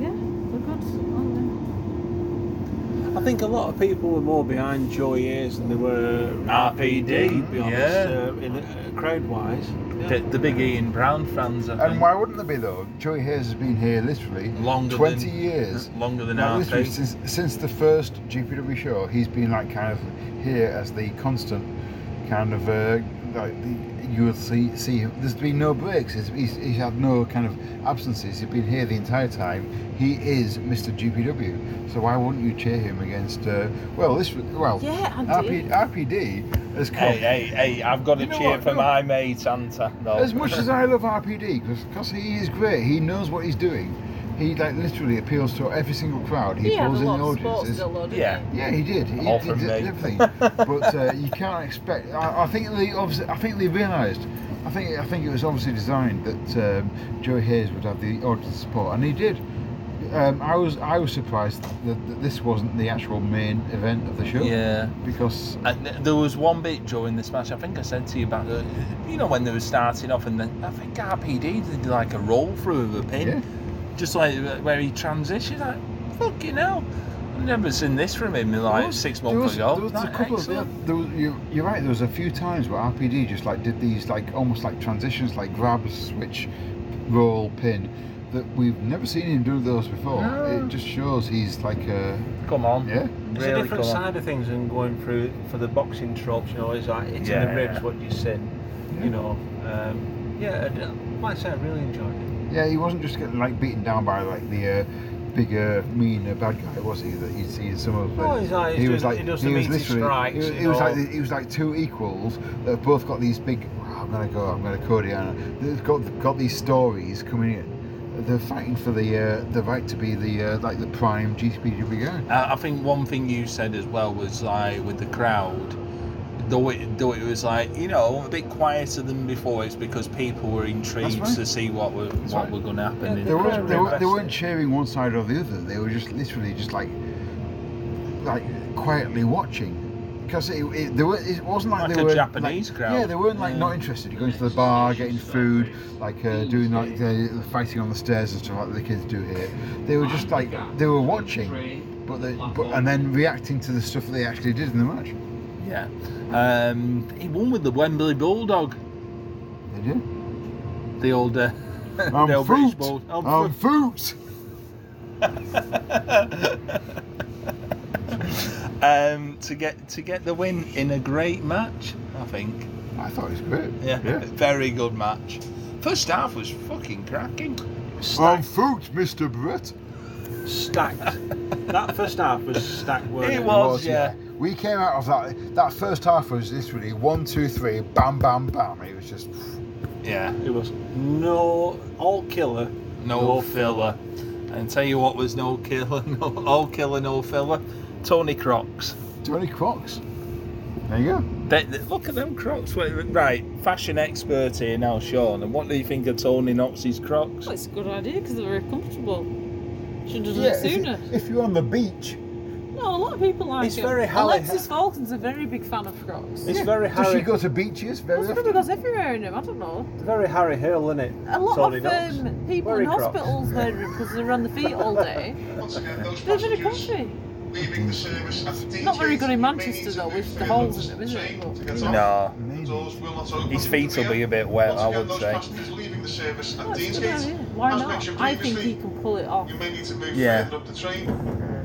Speaker 4: Yeah, they're good. aren't
Speaker 5: I think a lot of people were more behind Joy Ears than they were RPD, to be honest,
Speaker 2: Yeah.
Speaker 5: uh, in, uh, crowd-wise. Yeah.
Speaker 2: The, the big Ian Brown fans, I
Speaker 3: And
Speaker 2: think,
Speaker 3: why wouldn't there be though? Joey Hayes has been here literally
Speaker 2: longer
Speaker 3: 20
Speaker 2: than,
Speaker 3: years.
Speaker 2: longer than
Speaker 3: Now,
Speaker 2: our
Speaker 3: literally,
Speaker 2: face.
Speaker 3: since, since the first GPW show, he's been like kind of here as the constant kind of uh, like the, you would see see him. There's been no breaks. He's, he's, he's had no kind of absences. He's been here the entire time. He is Mr. GPW. So why wouldn't you cheer him against? Uh, well, this well
Speaker 4: they? Yeah, I
Speaker 3: RP,
Speaker 4: did.
Speaker 3: RPD has come.
Speaker 2: Hey, hey, hey! I've got to
Speaker 3: You know
Speaker 2: cheer
Speaker 3: what?
Speaker 2: for
Speaker 3: No.
Speaker 2: my mate Santa. though.
Speaker 3: As much as I love RPD, because he is great, he knows what he's doing. He like literally appeals to every single crowd. He,
Speaker 4: He had a
Speaker 3: pulls in the
Speaker 4: lot of sports
Speaker 3: audiences.
Speaker 4: still, though, didn't
Speaker 2: Yeah.
Speaker 4: he?
Speaker 3: Yeah, he did. He,
Speaker 2: All
Speaker 3: he
Speaker 2: from
Speaker 3: did
Speaker 2: me.
Speaker 3: everything. but uh, you can't expect. I, I think they obviously. I think they realised. I think. I think it was obviously designed that um, Joe Hayes would have the audience support, and he did. Um, I was. I was surprised that, that this wasn't the actual main event of the show.
Speaker 2: yeah.
Speaker 3: Because
Speaker 2: And th- there was one bit during this match. I think I said to you about the, you know, when they were starting off, and then I think RPD did like a roll through of a pin,
Speaker 3: Yeah.
Speaker 2: just like uh, where he transitioned. Like, fucking hell, I've never seen this from him in like
Speaker 3: was-
Speaker 2: six
Speaker 3: there was,
Speaker 2: months ago.
Speaker 3: There was a
Speaker 2: Like,
Speaker 3: couple of
Speaker 2: excellent.
Speaker 3: there was, you, you're right. There was a few times where RPD just like did these like almost like transitions, like grab, switch, roll, pin. That we've never seen him do those before.
Speaker 2: No.
Speaker 3: It just shows he's like, uh,
Speaker 2: Come on,
Speaker 3: yeah,
Speaker 5: It's
Speaker 2: really
Speaker 5: a different
Speaker 2: come on.
Speaker 5: side of things than going through for the boxing tropes. You know, it's like hitting
Speaker 2: Yeah,
Speaker 5: the
Speaker 2: yeah,
Speaker 5: ribs,
Speaker 2: yeah.
Speaker 5: what you said.
Speaker 3: Yeah.
Speaker 5: You know, um, yeah. and, uh, Like I said, I really enjoyed it.
Speaker 3: yeah. He wasn't just getting like beaten down by like the uh, bigger, meaner bad guy, was he? That you'd see in some of.
Speaker 5: No, he's like- he's doing- he does the meaty strikes,
Speaker 3: He was,
Speaker 5: you
Speaker 3: he was like
Speaker 5: know.
Speaker 3: the- he was like two equals that have both got these big. "Oh, I'm gonna go. I'm gonna Cody. And they've got got these stories coming in. They're fighting for the uh, the right to be the uh, like the prime GPW guy.
Speaker 2: Uh, I think one thing you said as well was like with the crowd, though it, though it was like you know a bit quieter than before. It's because people were intrigued
Speaker 3: right.
Speaker 2: to see what were
Speaker 3: That's
Speaker 2: what
Speaker 3: right.
Speaker 2: were going to happen.
Speaker 4: Yeah,
Speaker 2: in the
Speaker 4: they
Speaker 3: They weren't
Speaker 2: crowd.
Speaker 3: they, were, they
Speaker 2: Invested.
Speaker 3: weren't cheering one side or the other. They were just literally just like like quietly watching. Because it, it, they were, it wasn't like,
Speaker 2: Like
Speaker 3: they
Speaker 2: a
Speaker 3: were
Speaker 2: Japanese crowd.
Speaker 3: Yeah, they weren't like
Speaker 2: Yeah.
Speaker 3: not interested. Going to the bar, getting food, like uh, doing like the, the fighting on the stairs and stuff like the kids do here. They were just like they were watching, but, they, but and then reacting to the stuff that they actually did in the match.
Speaker 2: Yeah. Um, he won with the Wembley Bulldog, (laughs)
Speaker 3: They did.
Speaker 2: the old, uh, (laughs)
Speaker 3: I'm
Speaker 2: the old British
Speaker 3: foot.
Speaker 2: Bull.
Speaker 3: I'm,
Speaker 2: Oh,
Speaker 3: foot.
Speaker 2: foot. (laughs) um, to get to get the win in a great match, I think.
Speaker 3: I thought it was great.
Speaker 2: Yeah, (laughs) very good match. First half was fucking cracking.
Speaker 3: I'm foot, Mr. Brett.
Speaker 5: Stacked. that first half was stacked. Weren't
Speaker 2: It
Speaker 5: it
Speaker 2: was. yeah.
Speaker 3: We came out of that. That first half was literally one, two, three, bam, bam, bam. It was just.
Speaker 2: Yeah,
Speaker 5: It was no all killer.
Speaker 2: no,
Speaker 5: No
Speaker 2: filler. And tell you what was no killer, (laughs) no all killer, no filler. Tony Crocs.
Speaker 3: Tony Crocs. There you go.
Speaker 2: They, they- look at them Crocs. Wait, Right, fashion expert here now, Sean. And what do you think of Tony Knox's Crocs?
Speaker 4: Well, it's a good idea because they're very comfortable. Should have done it
Speaker 3: if,
Speaker 4: sooner.
Speaker 3: you- if you're on the beach,
Speaker 4: No, a lot of people like
Speaker 5: It's
Speaker 4: it.
Speaker 5: very Halle-
Speaker 4: Alexis Falcon's a very big fan of Crocs.
Speaker 5: It's very
Speaker 3: does she
Speaker 5: Harry.
Speaker 3: go to beaches very
Speaker 4: That's probably
Speaker 3: often?
Speaker 4: goes everywhere in them. I don't know.
Speaker 5: Very Harry Hill, isn't it?
Speaker 4: A lot
Speaker 5: Tony
Speaker 4: of
Speaker 5: Knox.
Speaker 4: um, people
Speaker 5: Very
Speaker 4: in
Speaker 5: Crocs.
Speaker 4: hospitals wear
Speaker 5: (laughs)
Speaker 4: them because they're on the feet all day.
Speaker 1: Once again, those
Speaker 4: They're very
Speaker 1: passengers
Speaker 4: comfy.
Speaker 1: leaving the service after DJs
Speaker 4: Not very good in Manchester,
Speaker 1: may
Speaker 4: though,
Speaker 1: need to
Speaker 4: with
Speaker 1: move
Speaker 4: the
Speaker 1: through
Speaker 4: holes in it, is it?
Speaker 1: chain to
Speaker 4: No.
Speaker 1: get
Speaker 2: No.
Speaker 1: off. The
Speaker 3: Maybe.
Speaker 1: doors will not open
Speaker 2: His
Speaker 1: from
Speaker 2: feet will
Speaker 1: here.
Speaker 2: be a bit wet,
Speaker 1: Once
Speaker 2: I
Speaker 1: again,
Speaker 2: would
Speaker 1: those
Speaker 2: say.
Speaker 1: passengers leaving the service at
Speaker 4: That's a
Speaker 1: Dean's
Speaker 4: good idea.
Speaker 1: Gate.
Speaker 4: Why
Speaker 1: As
Speaker 4: not?
Speaker 1: mentioned
Speaker 4: I think he
Speaker 1: previously,
Speaker 4: can pull it off.
Speaker 1: You may need to move
Speaker 2: Yeah.
Speaker 1: further up the train.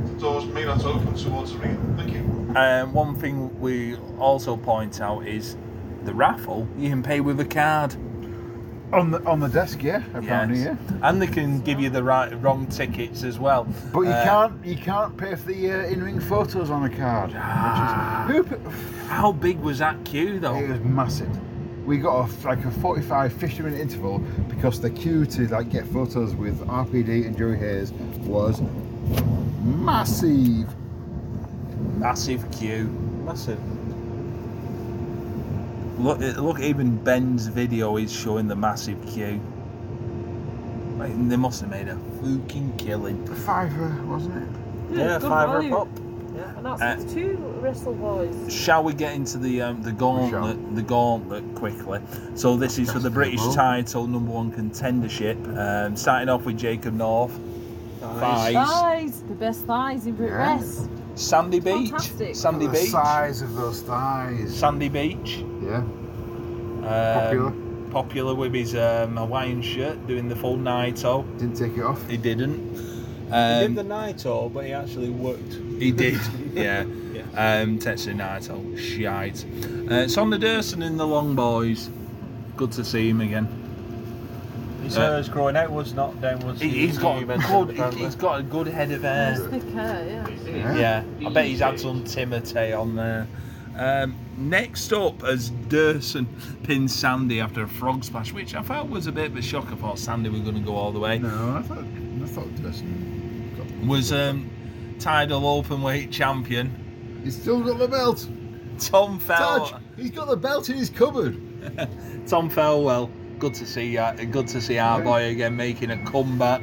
Speaker 1: The doors may not open towards the rear. Thank you.
Speaker 2: Um, one thing we also point out is the raffle. You can pay with a card.
Speaker 3: On the on the desk, yeah, apparently,
Speaker 2: Yes.
Speaker 3: yeah.
Speaker 2: And they can give you the right wrong tickets as well.
Speaker 3: But you
Speaker 2: Uh,
Speaker 3: can't you can't pay for the uh, in-ring photos on a card.
Speaker 2: Ah.
Speaker 3: Which is, who, pa-
Speaker 2: How big was that queue though?
Speaker 3: It was massive. We got off like a 45, 50 minute interval because the queue to like get photos with RPD and Joey Hayes was massive.
Speaker 2: Massive queue.
Speaker 5: Massive.
Speaker 2: Look, look. Even Ben's video is showing the massive queue. Like, they must have made a fucking killing.
Speaker 3: Fiver, wasn't it?
Speaker 5: Yeah,
Speaker 4: good
Speaker 5: five Uh,
Speaker 4: value.
Speaker 5: up.
Speaker 4: And that's with two wrestle boys.
Speaker 2: Shall we get into the um, the gauntlet? The gauntlet quickly. So this is for the
Speaker 3: Yes, we
Speaker 2: British
Speaker 3: will.
Speaker 2: title number one contendership. Um, starting off with Jacob North,
Speaker 5: Nice.
Speaker 2: thighs,
Speaker 4: Thighs, the best thighs in Brit
Speaker 3: Yeah.
Speaker 4: West.
Speaker 2: Sandy Beach,
Speaker 4: Fantastic.
Speaker 2: Sandy
Speaker 3: the
Speaker 2: Beach,
Speaker 3: size of those thighs.
Speaker 2: Sandy Beach.
Speaker 3: Yeah,
Speaker 2: Um,
Speaker 3: popular.
Speaker 2: popular with his um, Hawaiian shirt, doing the full Naito.
Speaker 3: Didn't take it off.
Speaker 2: He didn't.
Speaker 5: he
Speaker 2: Um,
Speaker 5: did the night all, but he actually worked.
Speaker 2: He
Speaker 5: (laughs)
Speaker 2: did, yeah. Um, Tetsu Naito, shite. Uh, Sonny Durson in the Long Boys. Good to see him again.
Speaker 5: His
Speaker 2: Uh,
Speaker 5: hair's growing outwards, not downwards.
Speaker 2: He, has got a good. he- He's got a good head of hair.
Speaker 4: Nice thick hair, yeah.
Speaker 3: Yeah.
Speaker 2: Yeah, I bet he's had some Timotei on there. Um, next up, as Durson pins Sandy after a frog splash, which I felt was a bit of a shock. I thought Sandy were going to go all the way.
Speaker 3: No, I thought I thought Dustin got
Speaker 2: Was um, Tidal open weight champion
Speaker 3: He's still got the belt.
Speaker 2: Tom Fell.
Speaker 3: Taj, he's got the belt in his cupboard.
Speaker 2: Tom Felwell, good to see ya- good to see our
Speaker 3: Yeah.
Speaker 2: boy again making a comeback.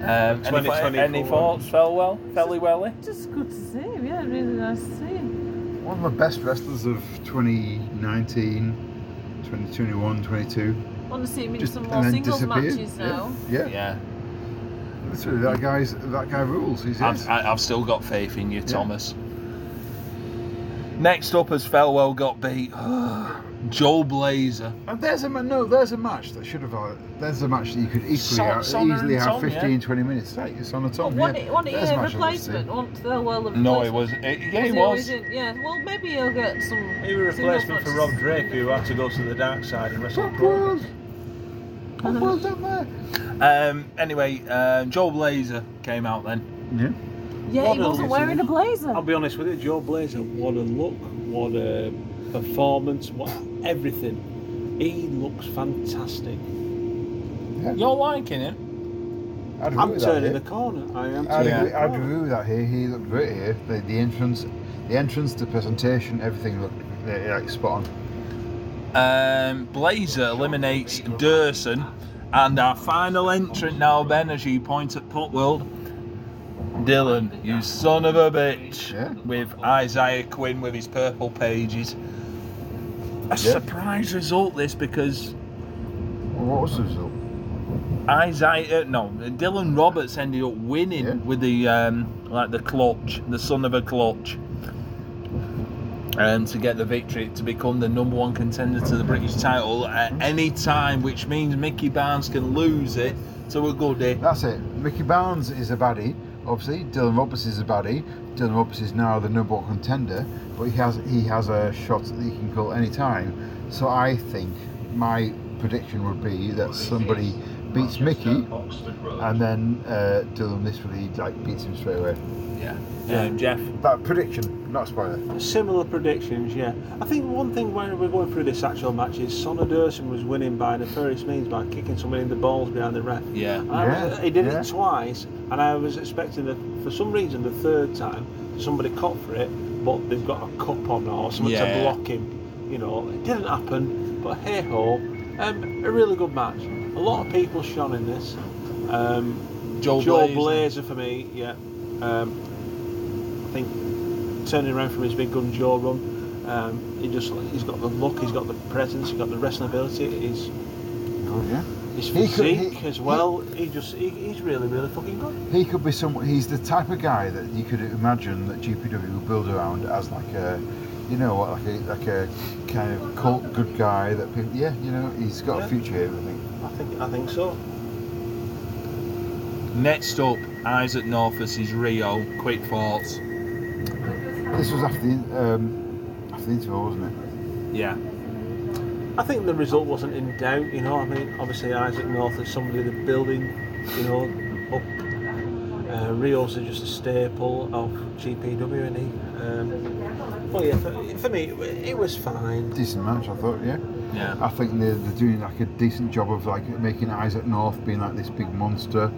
Speaker 2: Um, any, thou-
Speaker 5: 2024.
Speaker 2: any thoughts, Felwell, Fellywelly?
Speaker 4: Just good to see him, yeah, really nice to see him.
Speaker 3: One of the best wrestlers of 2019, 2021, 22.
Speaker 4: Want to see him in
Speaker 3: Just-
Speaker 4: some
Speaker 3: and
Speaker 4: more
Speaker 3: then
Speaker 4: singles
Speaker 3: disappeared.
Speaker 4: matches now.
Speaker 3: Yeah.
Speaker 2: Yeah,
Speaker 3: Literally, that guy's that guy rules. He's yes.
Speaker 2: I've, I- I've still got faith in you, Thomas. Next up, as Felwell got beat, (sighs) Joel Blazer.
Speaker 3: and there's a ma- no, there's a match that should have. uh, There's a match that you could equally
Speaker 2: Son-
Speaker 3: have,
Speaker 2: Sonner
Speaker 3: easily
Speaker 2: and
Speaker 3: have
Speaker 2: Tom,
Speaker 3: 15,
Speaker 2: yeah.
Speaker 3: 20 minutes. Like it's on a
Speaker 4: But
Speaker 3: Tom.
Speaker 4: one,
Speaker 3: yeah.
Speaker 4: one
Speaker 3: There's a
Speaker 2: uh,
Speaker 4: ear
Speaker 3: match I'd love to see.
Speaker 4: replacement, one to the well of
Speaker 2: No, it
Speaker 4: replacement.
Speaker 2: wasn't. it- yeah,
Speaker 4: Was
Speaker 2: it
Speaker 4: he or
Speaker 2: was.
Speaker 4: isn't? Yeah, well, maybe he'll get some.
Speaker 5: He was a
Speaker 4: singles
Speaker 5: replacement for
Speaker 4: matches.
Speaker 5: Rob Drake, who had to go to the dark side and wrestle
Speaker 3: Top
Speaker 5: pro.
Speaker 3: world, top world down there.
Speaker 2: Um, anyway, um, Joel Blazer came out then.
Speaker 3: Yeah.
Speaker 4: Yeah,
Speaker 5: What
Speaker 4: he
Speaker 5: a
Speaker 4: wasn't
Speaker 5: loser.
Speaker 4: wearing a blazer.
Speaker 5: I'll be honest with you, Joe Blazer, what a look, what a performance, what everything. He looks fantastic.
Speaker 2: You're liking it?
Speaker 3: I'd agree
Speaker 5: I'm
Speaker 3: with that
Speaker 5: turning
Speaker 3: here.
Speaker 5: the corner. I am
Speaker 3: I'd,
Speaker 5: turning
Speaker 2: Yeah.
Speaker 3: agree, I'd
Speaker 5: the corner.
Speaker 3: agree with that here. He looked great here. The, the entrance, the entrance, the presentation, everything looked uh, like spot on.
Speaker 2: Um, Blazer eliminates Durson. And our final entrant now, Ben, as you point at Pot World, Dylan, you son of a bitch,
Speaker 3: Yeah.
Speaker 2: with Isaiah Quinn with his purple pages. A surprise result, this, because
Speaker 3: What was the result?
Speaker 2: Isaiah, uh, no, Dylan Roberts ended up winning
Speaker 3: Yeah.
Speaker 2: with the um, like the clutch, the son of a clutch, and to get the victory to become the number one contender to the British title at any time, which means Mickey Barnes can lose it to a goodie.
Speaker 3: That's it. Mickey Barnes is a baddie, obviously. Dylan Roberts is a baddie. Dylan Roberts is now the number one contender, but he has he has a shot that he can call any time. So I think my prediction would be that somebody beats Mickey, and then uh, Dylan literally like beats him straight away.
Speaker 2: Yeah, um, Jeff.
Speaker 3: That prediction, not a spoiler.
Speaker 5: Similar predictions, yeah. I think one thing when we're going through this actual match is Sonny Durson was winning by nefarious means by kicking someone in the balls behind the ref.
Speaker 2: Yeah,
Speaker 5: I was-
Speaker 3: Yeah,
Speaker 5: he did
Speaker 3: yeah.
Speaker 5: it twice, and I was expecting that for some reason the third time somebody caught for it, but they've got a cup on or something
Speaker 2: Yeah.
Speaker 5: to block him. You know, it didn't happen, but hey ho, um, a really good match. A lot of people shone in this. Um,
Speaker 2: Joel,
Speaker 5: Joe
Speaker 2: Blaze.
Speaker 5: Blazer. for me, yeah. Um, I think turning around from his big gun Joe run, um, he just he's got the look, he's got the presence, he's got the wrestling ability, he's
Speaker 3: Oh yeah.
Speaker 5: his
Speaker 3: He could- he-
Speaker 5: physique as well. He just he, he's really really fucking good.
Speaker 3: He could be someone. He's the type of guy that you could imagine that GPW would build around as like a, you know what, like a like a kind of cult good guy that people. Yeah, you know, he's got
Speaker 5: Yeah.
Speaker 3: a future here. I think.
Speaker 5: I think I think so.
Speaker 2: Next up, Isaac North versus Rio. Quick thoughts.
Speaker 3: This was after the in- um, after the interval, wasn't it?
Speaker 2: Yeah.
Speaker 5: I think the result wasn't in doubt, you know. I mean, obviously Isaac North is somebody that's building, you know, up. Uh, Rios are just a staple of GPW, and he. Um, well, yeah, for, for me, it was fine.
Speaker 3: Decent match, I thought. Yeah.
Speaker 2: Yeah.
Speaker 3: I think they're, they're doing like a decent job of like making Isaac North being like this big monster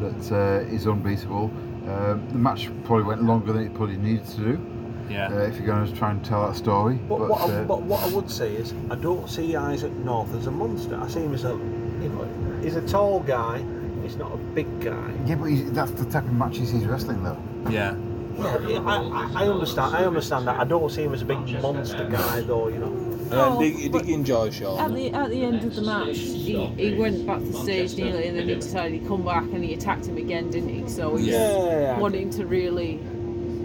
Speaker 3: that uh, is unbeatable. Um, the match probably went longer than it probably needed to do uh,
Speaker 2: Yeah.
Speaker 3: if you're going to try and tell that story.
Speaker 5: But, what, I,
Speaker 3: uh,
Speaker 5: but what I would say is, I don't see Isaac North as a monster. I see him as a, you know, he's a tall guy. He's not a big guy.
Speaker 3: yeah, but he's, that's the type of matches he's wrestling though.
Speaker 2: Yeah.
Speaker 5: Yeah, I, I- I understand. I understand that. I don't see him as a big monster guy, though. You know.
Speaker 4: Oh,
Speaker 6: did, did
Speaker 4: but-
Speaker 6: you enjoy Sean?
Speaker 4: At the at the end of the match, he, he went back to stage nearly, and then he decided he'd come back and he attacked him again, didn't he? So he's
Speaker 5: Yeah.
Speaker 4: wanting to really.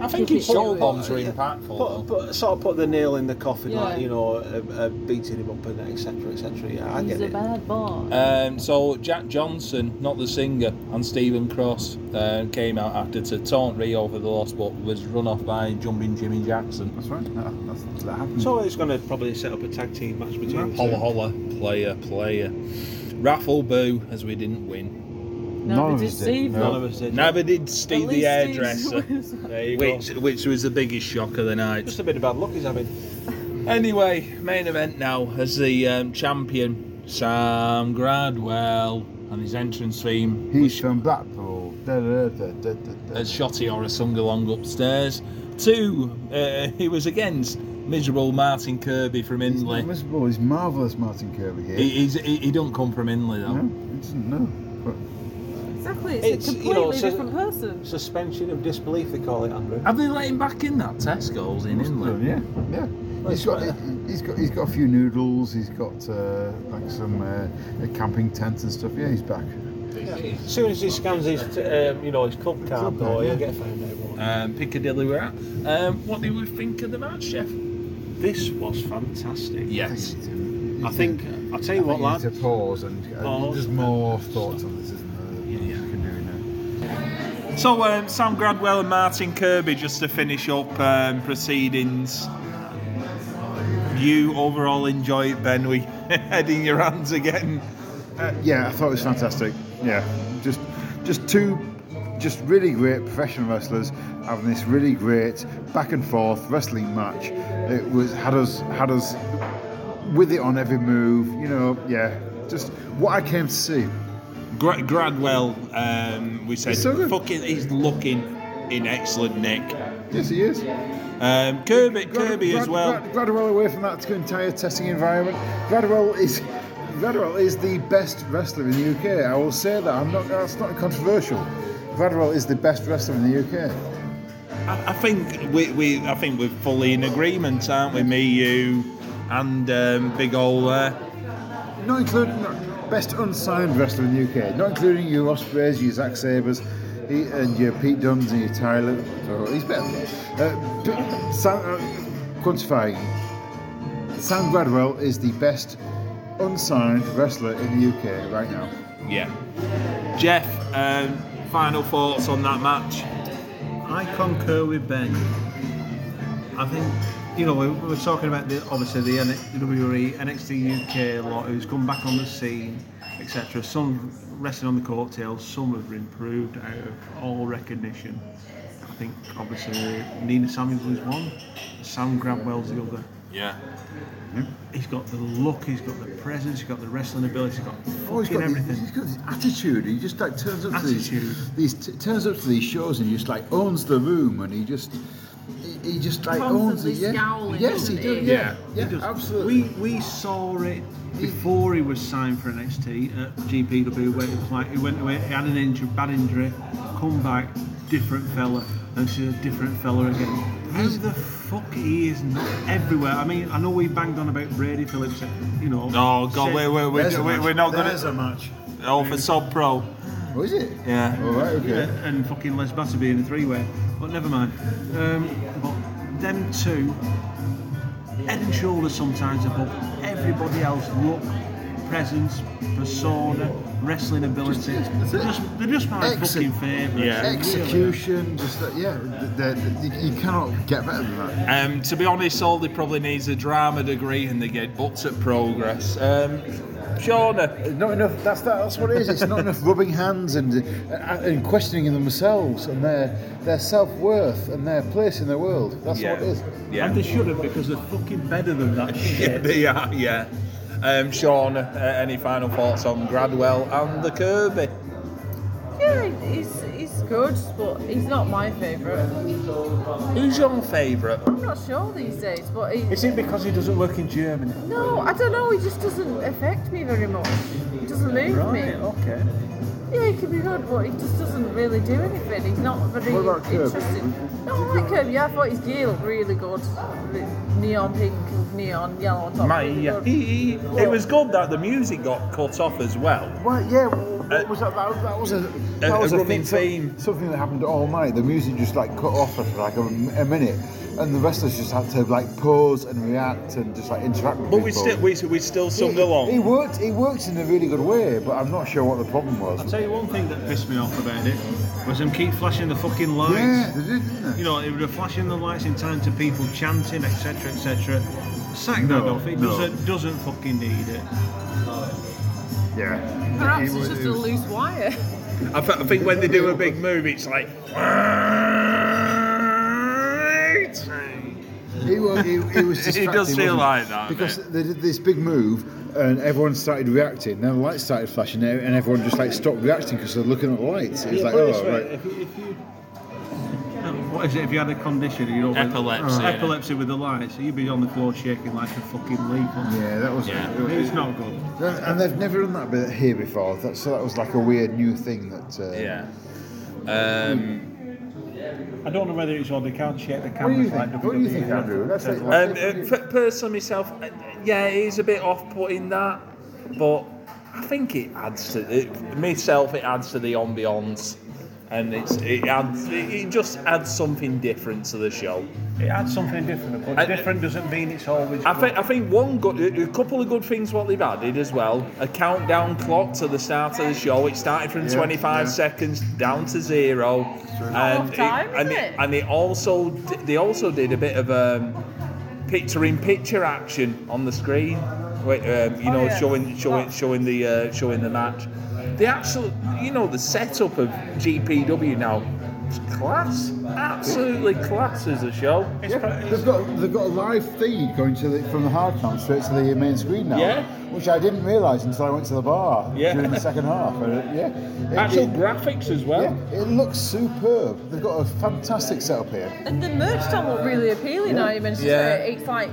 Speaker 6: I
Speaker 4: think
Speaker 6: think
Speaker 4: his
Speaker 6: his
Speaker 4: Put-
Speaker 6: shoulder
Speaker 4: shoulder bombs
Speaker 6: bombs
Speaker 5: were
Speaker 6: were
Speaker 5: yeah.
Speaker 6: impactful.
Speaker 5: Put, put, sort of put the nail in the coffin, like
Speaker 4: Yeah.
Speaker 5: you know, uh, uh, beating him up and etc. etc. Yeah, I
Speaker 4: he's
Speaker 5: get
Speaker 4: a
Speaker 5: it. Uh,
Speaker 4: bad boy.
Speaker 6: Um, so Jack Johnson, not the singer, and Stephen Cross uh, came out after to taunt Rio for the loss, but was run off by jumping Jimmy Jackson.
Speaker 3: That's right. That, that's, that happened.
Speaker 5: So he's going to probably set up a tag team match between. the
Speaker 6: Holla
Speaker 5: two.
Speaker 6: holla, player player. Raffle boo, as we didn't win.
Speaker 3: none
Speaker 4: No,
Speaker 3: of
Speaker 4: did
Speaker 3: us did.
Speaker 4: Steve.
Speaker 3: No.
Speaker 5: None of us did.
Speaker 6: Never did
Speaker 4: At
Speaker 6: Steve the
Speaker 4: least Steve's (laughs)
Speaker 6: hairdresser,
Speaker 4: was-
Speaker 5: There you
Speaker 6: which
Speaker 5: go.
Speaker 6: which was the biggest shock of the night.
Speaker 5: Just a bit of bad luck he's having.
Speaker 6: Anyway, main event now as the um, champion Sam Gradwell and his entrance theme
Speaker 3: He's from Blackpool. Da, da, da, da, da, da.
Speaker 6: as Shotty or a Sungalong upstairs. Two, uh, he was against miserable Martin Kirby from
Speaker 3: He's not
Speaker 6: Inley.
Speaker 3: miserable. He's marvellous, Martin Kirby here.
Speaker 6: He, he's, he, he don't come from Inley though.
Speaker 3: no, he doesn't know. But
Speaker 4: Exactly, it's,
Speaker 5: It's,
Speaker 4: a
Speaker 5: you
Speaker 4: completely
Speaker 5: know, so-
Speaker 4: different person.
Speaker 5: Suspension of disbelief, they call it, Andrew.
Speaker 6: Have they let him back in that Tesco's in Inley?
Speaker 3: Yeah, yeah. He's got, he- he's got he's got a few noodles. He's got uh, like some uh, a camping tent and stuff. Yeah, he's back.
Speaker 5: As soon as he scans his, t- um, you know, his club card,
Speaker 3: club
Speaker 5: though,
Speaker 3: card,
Speaker 5: he'll
Speaker 3: yeah.
Speaker 5: get found out.
Speaker 6: Um, Piccadilly we're at. Um, what do we think of the match, Chef?
Speaker 5: This was fantastic.
Speaker 6: Yes.
Speaker 5: I think I'll tell you what,
Speaker 3: I
Speaker 5: lad.
Speaker 3: think you need to pause and uh,
Speaker 5: Pause.
Speaker 3: there's more thoughts on this, isn't there?
Speaker 6: Yeah, yeah.
Speaker 3: You can do it now.
Speaker 2: So um, Sam Gradwell and Martin Kirby just to finish up um, proceedings. You overall enjoy it, Ben?
Speaker 6: (laughs)
Speaker 2: We heading your hands again.
Speaker 3: Uh, yeah, I thought it was fantastic. Yeah, just just two just really great professional wrestlers having this really great back and forth wrestling match. It was had us had us with it on every move. You know, yeah, just what I came to see.
Speaker 2: Gra- Gradwell, um, we said,
Speaker 3: He's so good.
Speaker 2: fucking, he's looking in excellent nick.
Speaker 3: Yes, he is.
Speaker 2: Um, Kirby,
Speaker 3: Grad-
Speaker 2: Kirby as
Speaker 3: Grad-
Speaker 2: well.
Speaker 3: Grad- Gradwell away from that entire testing environment. Gradwell is Gradwell is the best wrestler in the UK. I will say that. I'm not. That's not controversial. Gradwell is the best wrestler in the UK.
Speaker 2: I, I think we, we, I think we're fully in agreement, aren't we? Me, you, and um, big ol' uh,
Speaker 3: Not including not- best unsigned wrestler in the UK, not including your Ospreys, your Zack Sabers, he, and your Pete Dunnes and your Tyler. So he's better. Uh, but Sam, uh, quantifying, Sam Gradwell is the best unsigned wrestler in the UK right now.
Speaker 2: yeah. Jeff, um, final thoughts on that match?
Speaker 7: I concur with Ben. I think, you know, we we were talking about the, obviously the WWE, NXT UK lot who's come back on the scene, etc. Some resting on the coattails, some have improved out of all recognition. I think obviously Nina Samuels was one, Sam Grabwell's the other.
Speaker 2: Yeah.
Speaker 7: He's got the look, he's got the presence, he's got the wrestling ability, he's got
Speaker 3: Oh, he's
Speaker 7: fucking
Speaker 3: got, this,
Speaker 7: everything.
Speaker 3: he's got this attitude. He just like turns up
Speaker 7: Attitude.
Speaker 3: to these, these t- turns up to these shows and he just like owns the room and he just he, he just like owns
Speaker 4: Constantly
Speaker 3: it. Yeah.
Speaker 4: scowling,
Speaker 3: yes, he
Speaker 4: doesn't
Speaker 3: does.
Speaker 4: he?
Speaker 3: Yeah, yeah,
Speaker 7: He does.
Speaker 3: absolutely.
Speaker 7: We we saw it before he was signed for NXT at GPW. Where it was like he went away, he had an injury, bad injury, come back, different fella, and she's a different fella again. Who the fuck he is not everywhere. I mean, I know we banged on about Brady Phillips, you know.
Speaker 2: Oh God,
Speaker 7: shit.
Speaker 2: we're, we're,
Speaker 3: There's a
Speaker 2: we're,
Speaker 3: match.
Speaker 2: we're not good
Speaker 3: There's
Speaker 2: at
Speaker 3: a match.
Speaker 2: oh for sub pro.
Speaker 3: Oh, is it?
Speaker 2: Yeah.
Speaker 3: All right. Okay.
Speaker 7: and, and fucking Les Batterby in a three-way. But never mind. Um, but them two, head and shoulders sometimes above everybody else. Look, presence, persona, wrestling ability.
Speaker 3: Just- that's it.
Speaker 7: They're just, they're just my
Speaker 3: Exe-
Speaker 7: fucking favourites.
Speaker 6: Yeah.
Speaker 3: Execution, just that, yeah, th- th- you, you cannot get better than that.
Speaker 2: Um, to be honest, all they probably need is a drama degree and they get butts at progress. Um, Shauna,
Speaker 3: Not enough. That's that, that's what it is. It's not enough rubbing hands and uh, and questioning themselves and their their self worth and their place in the world. That's
Speaker 2: Yeah.
Speaker 3: what it is.
Speaker 7: And
Speaker 2: (laughs)
Speaker 7: they should have because they're fucking better than that
Speaker 2: yeah,
Speaker 7: shit.
Speaker 2: they are, yeah. Um, Sean, uh, any final thoughts on Gradwell and the Kirby?
Speaker 4: Yeah, he's, he's good, but he's not my favourite.
Speaker 2: Who's your favourite?
Speaker 4: I'm not sure these days, but he,
Speaker 7: Is it because he doesn't work in Germany?
Speaker 4: no, I don't know. He just doesn't affect me very much. He doesn't move
Speaker 7: Right,
Speaker 4: me.
Speaker 7: okay.
Speaker 4: Yeah, he can be good, but he just doesn't really do anything. He's not very
Speaker 3: What about Kirby?
Speaker 4: interesting. No, I like him. Yeah, I thought his gear looked really good. Re- Neon pink, with neon yellow on top.
Speaker 2: My,
Speaker 4: really
Speaker 2: yeah.
Speaker 4: good.
Speaker 2: He- he- it was good that the music got cut off as well.
Speaker 3: Well, yeah. What
Speaker 2: Uh,
Speaker 3: was that? That, that was a that
Speaker 2: a
Speaker 3: was
Speaker 2: running
Speaker 3: so-
Speaker 2: theme.
Speaker 3: Something that happened all night. The music just like cut off after like a, m- a minute, and the wrestlers just had to like pause and react and just like interact. With
Speaker 2: But we
Speaker 3: people.
Speaker 2: still we, we still sung
Speaker 3: He- He
Speaker 2: along.
Speaker 3: worked. He worked in a really good way, but I'm not sure what the problem
Speaker 7: I'll
Speaker 3: was.
Speaker 7: tell you one thing that pissed me off about it was them keep flashing the fucking lights.
Speaker 3: Yeah, they did, didn't
Speaker 7: You
Speaker 3: they?
Speaker 7: know, it were flashing the lights in time to people chanting, etc., etc. Sack that
Speaker 3: No,
Speaker 7: off. It
Speaker 3: no.
Speaker 7: doesn't doesn't fucking need it.
Speaker 3: Yeah.
Speaker 4: Perhaps
Speaker 3: It
Speaker 4: it's
Speaker 3: was-
Speaker 4: just
Speaker 3: it
Speaker 4: a
Speaker 3: was-
Speaker 4: loose wire.
Speaker 2: I, th- I think when they do a big move, it's like.
Speaker 3: It was,
Speaker 2: (laughs)
Speaker 3: it, it was
Speaker 2: It does
Speaker 3: distracting.
Speaker 2: feel
Speaker 3: wasn't it?
Speaker 2: like that,
Speaker 3: Because they did this big move and everyone started reacting. Then the lights started flashing out and everyone just like stopped reacting because they're looking at the lights. It's like,
Speaker 7: Put it this
Speaker 3: oh,
Speaker 7: way,
Speaker 3: right.
Speaker 7: if you- if you- what is it? If you had a condition, you know, with-
Speaker 2: Epilepsy,
Speaker 7: uh,
Speaker 2: yeah.
Speaker 7: epilepsy with the lights, you'd be on the floor shaking like a fucking leaf.
Speaker 3: Yeah, that was.
Speaker 2: Yeah.
Speaker 3: it was-
Speaker 7: It's not good.
Speaker 3: And they've never done that bit here before, that, so that was like a weird new thing that. Uh,
Speaker 2: Yeah. Um,
Speaker 7: I don't know whether it's on. They can't shake the
Speaker 3: What do you
Speaker 7: cameras
Speaker 3: think?
Speaker 7: like E.
Speaker 3: What do you
Speaker 7: WWE
Speaker 3: think,
Speaker 7: does.
Speaker 3: Andrew? Let's take-
Speaker 2: um, uh, per- personally, myself, uh, yeah, it is a bit off-putting that, but I think it adds to it, myself. It adds to the ambiance, and it's it adds it, it just adds something different to the show.
Speaker 7: It adds something different, but
Speaker 2: I-
Speaker 7: different doesn't mean it's always.
Speaker 2: I
Speaker 7: good.
Speaker 2: think I think one good, a couple of good things what they've added as well. A countdown clock to the start of the show. It started from
Speaker 3: Yeah,
Speaker 2: 25
Speaker 3: yeah.
Speaker 2: seconds down to zero, and
Speaker 4: Half time,
Speaker 2: and
Speaker 4: isn't
Speaker 2: it,
Speaker 4: it?
Speaker 2: and they also d- they also did a bit of um, picture in picture action on the screen. Wait, um, you
Speaker 4: Oh,
Speaker 2: know,
Speaker 4: yeah.
Speaker 2: showing showing
Speaker 4: Oh.
Speaker 2: showing the uh, showing the match. The actual, you know, the setup of GPW now, is class, absolutely class as a show.
Speaker 3: Yeah, they've got they've got a live feed going to the, from the hard cam straight to the main screen now.
Speaker 2: Yeah.
Speaker 3: Which I didn't realise until I went to the bar
Speaker 2: Yeah.
Speaker 3: during the second half. And it- yeah. It-
Speaker 2: Actual
Speaker 3: it-
Speaker 2: graphics as well.
Speaker 3: Yeah, it looks superb. They've got a fantastic setup here.
Speaker 4: And the merch stand looked really appealing. Now you mentioned
Speaker 2: Yeah.
Speaker 4: it. It's like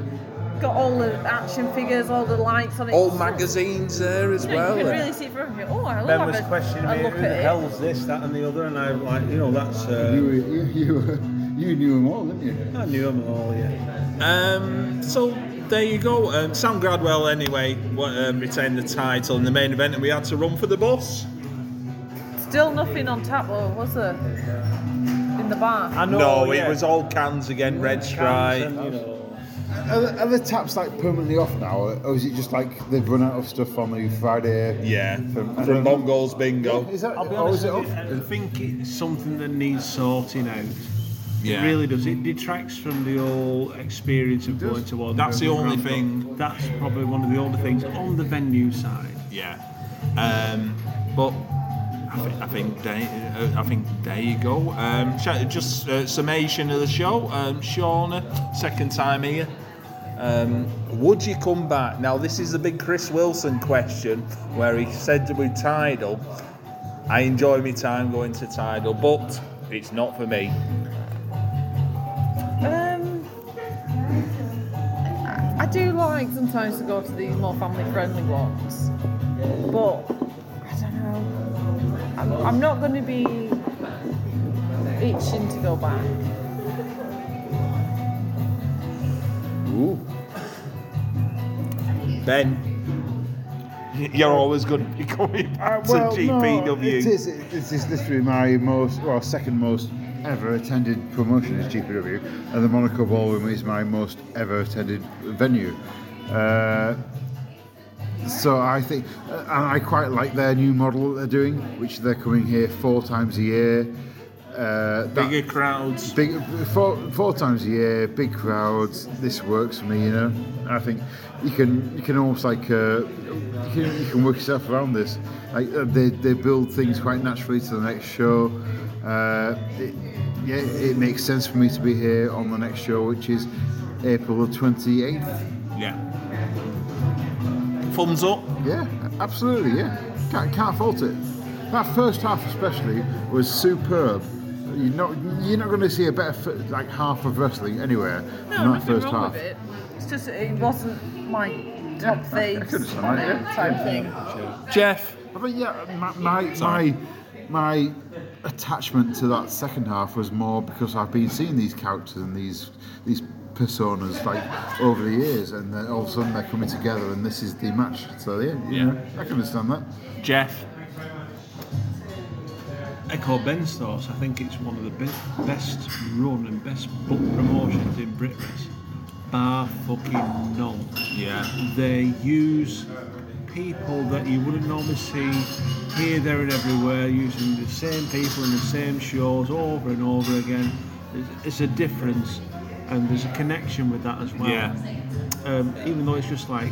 Speaker 4: got all the action figures, all the lights on it.
Speaker 2: Old
Speaker 4: It's-
Speaker 2: magazines there as
Speaker 4: You
Speaker 2: well. uh,
Speaker 4: can really see it from here. Oh, I love
Speaker 7: Ben
Speaker 4: having
Speaker 7: was questioning
Speaker 4: a
Speaker 7: me,
Speaker 4: look
Speaker 7: who the
Speaker 4: at it.
Speaker 7: hell's this, that, and the other, and I'm like, you know, that's.
Speaker 3: You,
Speaker 7: Uh,
Speaker 3: were- you, you, (laughs) were- you knew them all, didn't you?
Speaker 7: I knew them all, yeah.
Speaker 2: Um, so there you go. Um, Sam Gradwell, anyway, wa- um, retained the title in the main event, and we had to run for the bus.
Speaker 4: Still nothing on tap, though, was there? In the bar.
Speaker 7: I know,
Speaker 2: no,
Speaker 7: yeah.
Speaker 2: it was all cans again, red stripe.
Speaker 7: And, you know,
Speaker 3: Are, the- are the taps like permanently off now, or is it just like they've run out of stuff on the Friday?
Speaker 2: Yeah,
Speaker 3: From-
Speaker 2: from, from Mongols Bingo.
Speaker 3: Is that,
Speaker 7: I'll be
Speaker 3: or is
Speaker 7: honest,
Speaker 3: it off?
Speaker 7: with you, I think it's something that needs sorting out.
Speaker 2: Yeah.
Speaker 7: It really does. It detracts from the whole experience of going to one.
Speaker 2: That's the only thing.
Speaker 7: That's probably one of the older things on the venue side.
Speaker 2: Yeah, um, but I, thi- I think there, uh, I think there you go. Um, sh- just uh, summation of the show. Um, Shauna, second time here. Um, would you come back? Now this is the big Chris Wilson question, where he said to be Tidal. I enjoy my time going to Tidal, but it's not for me.
Speaker 4: Um, I- I do like sometimes to go to these more family-friendly ones, but I don't know. I'm, I'm not going to be itching to go back.
Speaker 2: Ben, you're always going to be coming
Speaker 3: Uh,
Speaker 2: back
Speaker 3: well,
Speaker 2: to
Speaker 3: no,
Speaker 2: GPW.
Speaker 3: it is. It, this is literally my most, well, second most ever attended promotion is GPW, and the Monaco Ballroom is my most ever attended venue. Uh, So I think, uh, and I quite like their new model that they're doing, which they're coming here four times a year. Uh, that-
Speaker 2: Bigger crowds.
Speaker 3: big four, four times a year, big crowds. This works for me, you know. And I think you can you can almost like uh, you, can, you can work yourself around this. Like uh, they, they build things quite naturally to the next show. Uh, it, yeah, it makes sense for me to be here on the next show, which is April the twenty eighth.
Speaker 2: Yeah. Thumbs up.
Speaker 3: Yeah, absolutely. Yeah, can't, can't fault it. That first half especially was superb. You're not you're not going to see a better f- like half of wrestling anywhere than
Speaker 4: No,
Speaker 3: that
Speaker 4: nothing
Speaker 3: first
Speaker 4: wrong
Speaker 3: half.
Speaker 4: with it. It's just that it wasn't my top
Speaker 3: I
Speaker 4: things
Speaker 3: could have
Speaker 4: on
Speaker 3: done
Speaker 4: it
Speaker 3: that,
Speaker 4: type thing.
Speaker 2: Oh, Jeff.
Speaker 3: I mean, yeah, my my, my my attachment to that second half was more because I've been seeing these characters and these these personas like over the years, and then all of a sudden they're coming together, and this is the match. So yeah, you
Speaker 2: Yeah.
Speaker 3: know, I can understand that.
Speaker 2: Jeff.
Speaker 5: Echo Ben's thoughts, I think it's one of the be- best run and best booked promotions in Brit Race. Bar fucking none.
Speaker 2: Yeah.
Speaker 5: They use people that you wouldn't normally see here, there, and everywhere, using the same people in the same shows over and over again. It's, it's a difference, and there's a connection with that as well.
Speaker 2: Yeah.
Speaker 5: Um, even though it's just like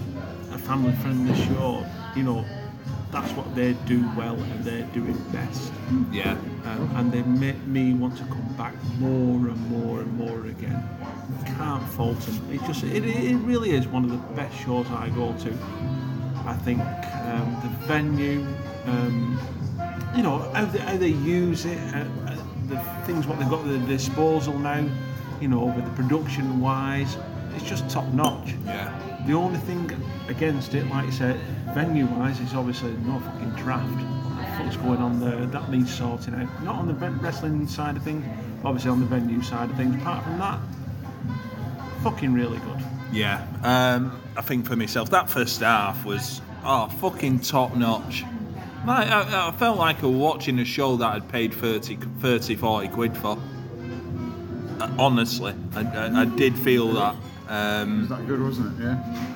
Speaker 5: a family friendly show, you know, that's what they do well and they do it best
Speaker 2: Yeah.
Speaker 5: um, and they make me want to come back more and more and more again. Can't fault them. It just it, it really is one of the best shows I go to. I think um, the venue, um, you know, how they, how they use it, uh, uh, the things what they've got at their disposal now, you know, with the production wise, it's just top notch.
Speaker 2: Yeah.
Speaker 5: The only thing against it, like you said, venue wise, is obviously no fucking draft. What the fuck's going on there? That needs sorting out. Not on the ve- wrestling side of things, but obviously on the venue side of things. Apart from that, fucking really good.
Speaker 2: Yeah. Um, I think for myself, that first half was oh fucking top notch. Like, I, I felt like I was watching a show that I'd paid 30, 30 40 quid for. Uh, honestly, I, I, I did feel that. Um,
Speaker 3: That good, wasn't it? Yeah.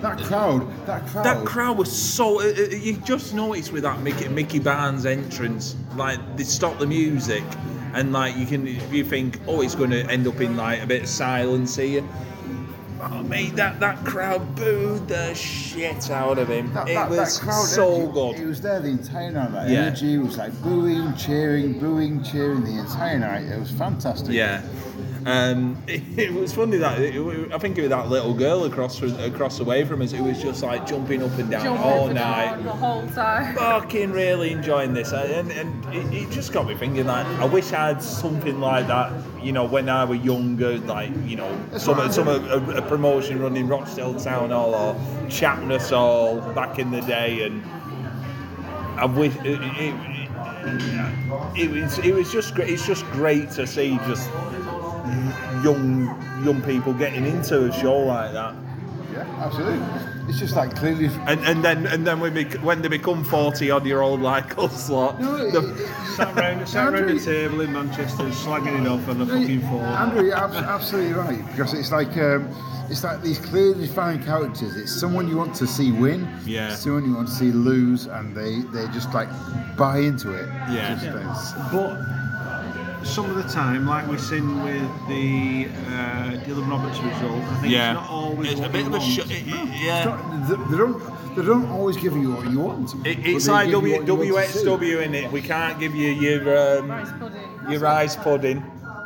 Speaker 3: That crowd, that crowd.
Speaker 2: That crowd was so. uh, uh, You just noticed with that Mickey, Mickey Barnes entrance, like they stop the music, and like you can, you think, oh, it's going to end up in like a bit of silence here. Oh, mate, that that crowd booed the shit out of him.
Speaker 3: That,
Speaker 2: it
Speaker 3: that,
Speaker 2: was
Speaker 3: that crowd eh?
Speaker 2: so
Speaker 3: energy,
Speaker 2: good.
Speaker 3: It was there the entire night. That
Speaker 2: Yeah.
Speaker 3: energy was like booing, cheering, booing, cheering the entire night. It was fantastic.
Speaker 2: Yeah. Um, (laughs) it, it was funny that it, it- I think it was that little girl across from, across the way from us who was just like jumping up and down
Speaker 4: Jumping
Speaker 2: all
Speaker 4: up and
Speaker 2: night.
Speaker 4: down the whole time.
Speaker 2: fucking really enjoying this, I- and, and it, it just got me thinking like I wish I had something like that. You know, when I were younger, like you know,
Speaker 3: That's
Speaker 2: some
Speaker 3: right.
Speaker 2: some a, a, a promotion running Rochdale Town Hall or Chapness Hall back in the day, and I wish it, it, it, it was it was just great. It's just great to see just young young people getting into a show like that.
Speaker 3: Yeah, absolutely. It's just like clearly.
Speaker 2: And, and then and then when, bec- when they become forty odd year old like (laughs) us lot,
Speaker 3: No, it-
Speaker 2: the-
Speaker 5: Sat round, sat round
Speaker 3: Andrew-
Speaker 5: the table in Manchester, slagging it off on the fucking floor.
Speaker 3: Andrew, you're abs- absolutely right because it's like um, it's like these clearly defined characters. It's someone you want to see win,
Speaker 2: Yeah.
Speaker 3: someone you want to see lose, and they they just like buy into it.
Speaker 2: Yeah.
Speaker 3: Just, it's-
Speaker 5: But some of the time, like we've seen with the uh, Dylan Roberts result, I think
Speaker 2: yeah,
Speaker 5: it's not always
Speaker 2: It's
Speaker 5: what
Speaker 2: a bit
Speaker 5: we
Speaker 2: of a
Speaker 5: want.
Speaker 2: sh- it- it-
Speaker 3: it's
Speaker 2: yeah.
Speaker 3: not- they, they don't they don't always give you what you want.
Speaker 2: It,
Speaker 3: but
Speaker 2: it's
Speaker 3: they
Speaker 2: like
Speaker 3: give you
Speaker 2: w,
Speaker 3: what you want to see.
Speaker 2: WXW in it. We can't give you your
Speaker 4: Rice
Speaker 2: um,
Speaker 4: pudding.
Speaker 2: your rice pudding.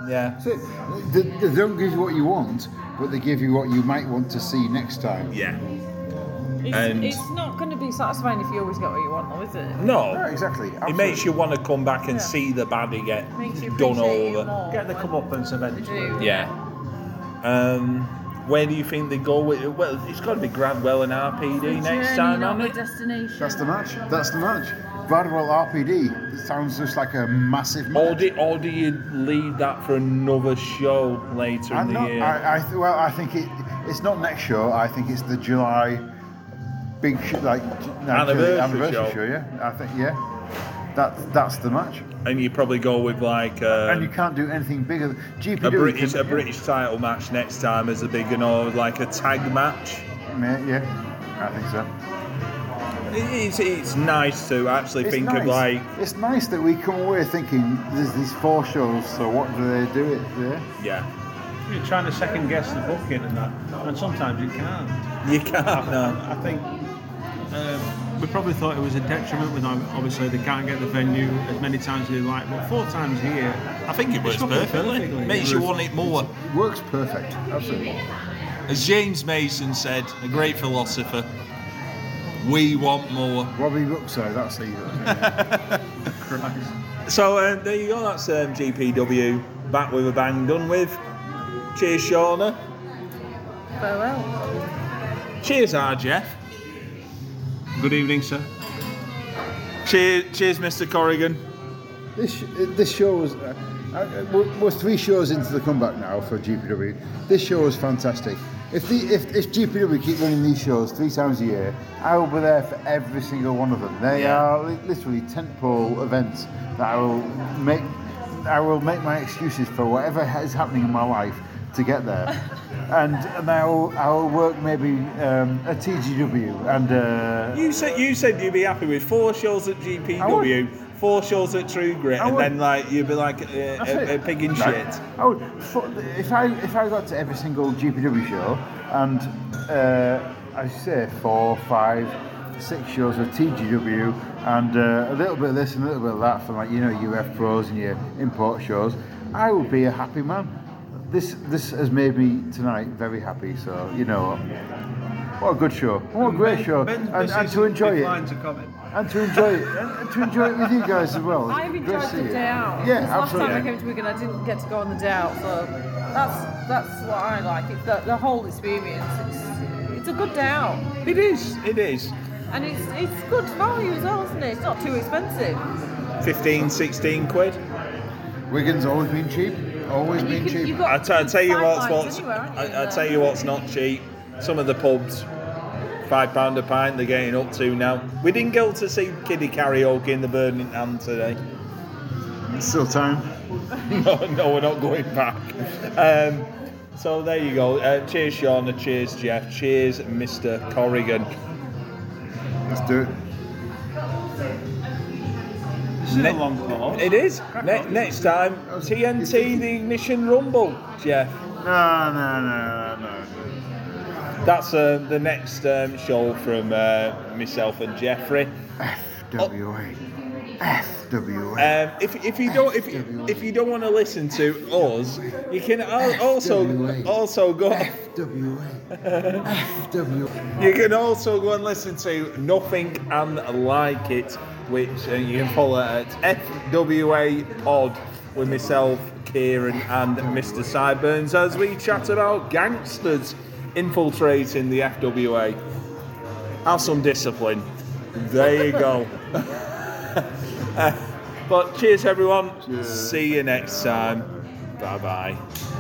Speaker 2: Yeah,
Speaker 3: That's it. They, they don't give you what you want, but they give you what you might want to see next time.
Speaker 2: yeah.
Speaker 8: It's,
Speaker 2: And-
Speaker 8: it's not going to be satisfying if you always get what you want, though, is it?
Speaker 2: No,
Speaker 3: Yeah, exactly.
Speaker 2: it
Speaker 3: absolutely.
Speaker 2: makes you want to come back and
Speaker 8: Yeah.
Speaker 2: see the baddie get
Speaker 4: Makes you
Speaker 2: done
Speaker 4: appreciate it
Speaker 2: over.
Speaker 4: more.
Speaker 5: Get the comeuppance
Speaker 4: You
Speaker 5: eventually.
Speaker 4: do.
Speaker 2: Yeah. Um, where do you think they go with? Well, it's got to be Gradwell and RPD next
Speaker 4: Journey,
Speaker 2: time,
Speaker 4: not
Speaker 2: hasn't
Speaker 4: the
Speaker 2: it?
Speaker 4: destination.
Speaker 3: That's the match. That's the match. Bradwell RPD. It sounds just like a massive match.
Speaker 2: Or do, or do you leave that for another show later in
Speaker 3: I'm
Speaker 2: the
Speaker 3: not,
Speaker 2: year?
Speaker 3: I, I th- well, I think it, it's not next show. I think it's the July big sh- like j- no,
Speaker 2: Anniversary
Speaker 3: July anniversary
Speaker 2: show.
Speaker 3: show. Yeah, I think yeah. That's that's the match.
Speaker 2: and you probably go with like
Speaker 3: and you
Speaker 2: um,
Speaker 3: can't do anything bigger. than GPW.
Speaker 2: a British a
Speaker 3: can-
Speaker 2: British title match next time as a big you know like a tag match.
Speaker 3: Yeah, yeah. I think so.
Speaker 2: It's, it's nice to actually think
Speaker 3: nice.
Speaker 2: of like
Speaker 3: It's nice that we come away thinking there's these four shows, so what do they do it there?
Speaker 2: yeah.
Speaker 5: You're trying to second guess the booking and that, and sometimes you can't.
Speaker 2: You can't no.
Speaker 5: I think um, we probably thought it was a detriment when ob- obviously they can't get the venue as many times as they like, but four times here.
Speaker 2: I think it works
Speaker 5: fucking
Speaker 2: perfectly.
Speaker 5: perfectly.
Speaker 2: Makes you want it more.
Speaker 3: It works perfect, absolutely.
Speaker 2: As James Mason said, a great philosopher, we want more.
Speaker 3: Robbie Ruxo, that's how you do it.
Speaker 5: Christ.
Speaker 2: So uh, there you go, that's um, GPW back with a bang done with. Cheers, Shauna.
Speaker 4: Farewell.
Speaker 2: Cheers, R. Jeff.
Speaker 5: Good evening, sir.
Speaker 2: Cheers, cheers, Mr. Corrigan.
Speaker 3: This, sh- this show was. Uh, uh, we're, we're three shows into the comeback now for GPW. This show was fantastic. If, the, if, if GPW keep running these shows three times a year, I will be there for every single one of them. They are li- literally tentpole events that I will make. I will make my excuses for whatever is happening in my life to get there, and, and I will I will work maybe um, a TGW and uh,
Speaker 2: You said you said you'd be happy with four shows at GPW, four shows at True Grit,
Speaker 3: I
Speaker 2: and
Speaker 3: would.
Speaker 2: then like you'd be like uh, a,
Speaker 3: That's
Speaker 2: a, a
Speaker 3: it.
Speaker 2: pig in
Speaker 3: No.
Speaker 2: shit.
Speaker 3: I would, fu- if I if I got to every single GPW show and uh, I say four, five, six shows of TGW and uh, a little bit of this and a little bit of that for like you know UF pros and your import shows, I would be a happy man. This this has made me tonight very happy. So you know. What a good show! What a great show,
Speaker 5: Ben's
Speaker 3: and, and
Speaker 5: business
Speaker 3: to enjoy
Speaker 5: declined
Speaker 3: it,
Speaker 5: to comment.
Speaker 3: and to enjoy
Speaker 2: (laughs)
Speaker 3: it, and to enjoy it with you guys as well. It's
Speaker 4: I've
Speaker 3: great
Speaker 4: enjoyed
Speaker 3: to see
Speaker 4: the
Speaker 3: you.
Speaker 4: day out.
Speaker 3: Yeah,
Speaker 4: Because
Speaker 3: absolutely.
Speaker 4: Last time I came to Wigan, I didn't get to go on the day out, so that's that's what I like. It's the, the whole experience. It's, it's a good day out,
Speaker 2: It is, it is.
Speaker 4: and it's it's good value as well, isn't it? It's not too expensive.
Speaker 2: 15, 16 quid.
Speaker 3: Wigan's always been cheap. Always
Speaker 4: You
Speaker 3: been
Speaker 4: can-
Speaker 3: cheap.
Speaker 4: you've
Speaker 2: I,
Speaker 4: got
Speaker 2: t- I tell you what's
Speaker 4: sidelines
Speaker 2: what's
Speaker 4: anywhere, aren't you,
Speaker 2: I, I
Speaker 4: in
Speaker 2: tell
Speaker 4: there?
Speaker 2: you what's not cheap. Some of the pubs, five pound a pint, they're getting up to now. We didn't go to see kiddie karaoke in the Burning Hand today.
Speaker 3: Still time.
Speaker 2: no, no, we're not going back. Um, so there you go. Uh, cheers, Shauna. Cheers, Jeff. Cheers, Mr. Corrigan.
Speaker 3: Let's do it.
Speaker 5: This is a long call.
Speaker 2: It is. Ne- next time, TNT, the Ignition Rumble, Jeff.
Speaker 3: No, no, no, no.
Speaker 2: That's uh, the next um, show from uh, myself and Jeffrey.
Speaker 3: FWA. FWA.
Speaker 2: Um, if, if you don't if, you- if you don't want to listen to us, you can al- also also go
Speaker 3: FWA. FWA.
Speaker 2: you can also go and listen to Nothing and Like It, which uh, you can follow at FWA Pod with myself, Kieran, and Mr. Sideburns as we chat about gangsters infiltrating the FWA. Have some discipline. There you go. (laughs) Uh, but cheers, everyone. See you next time. Bye bye.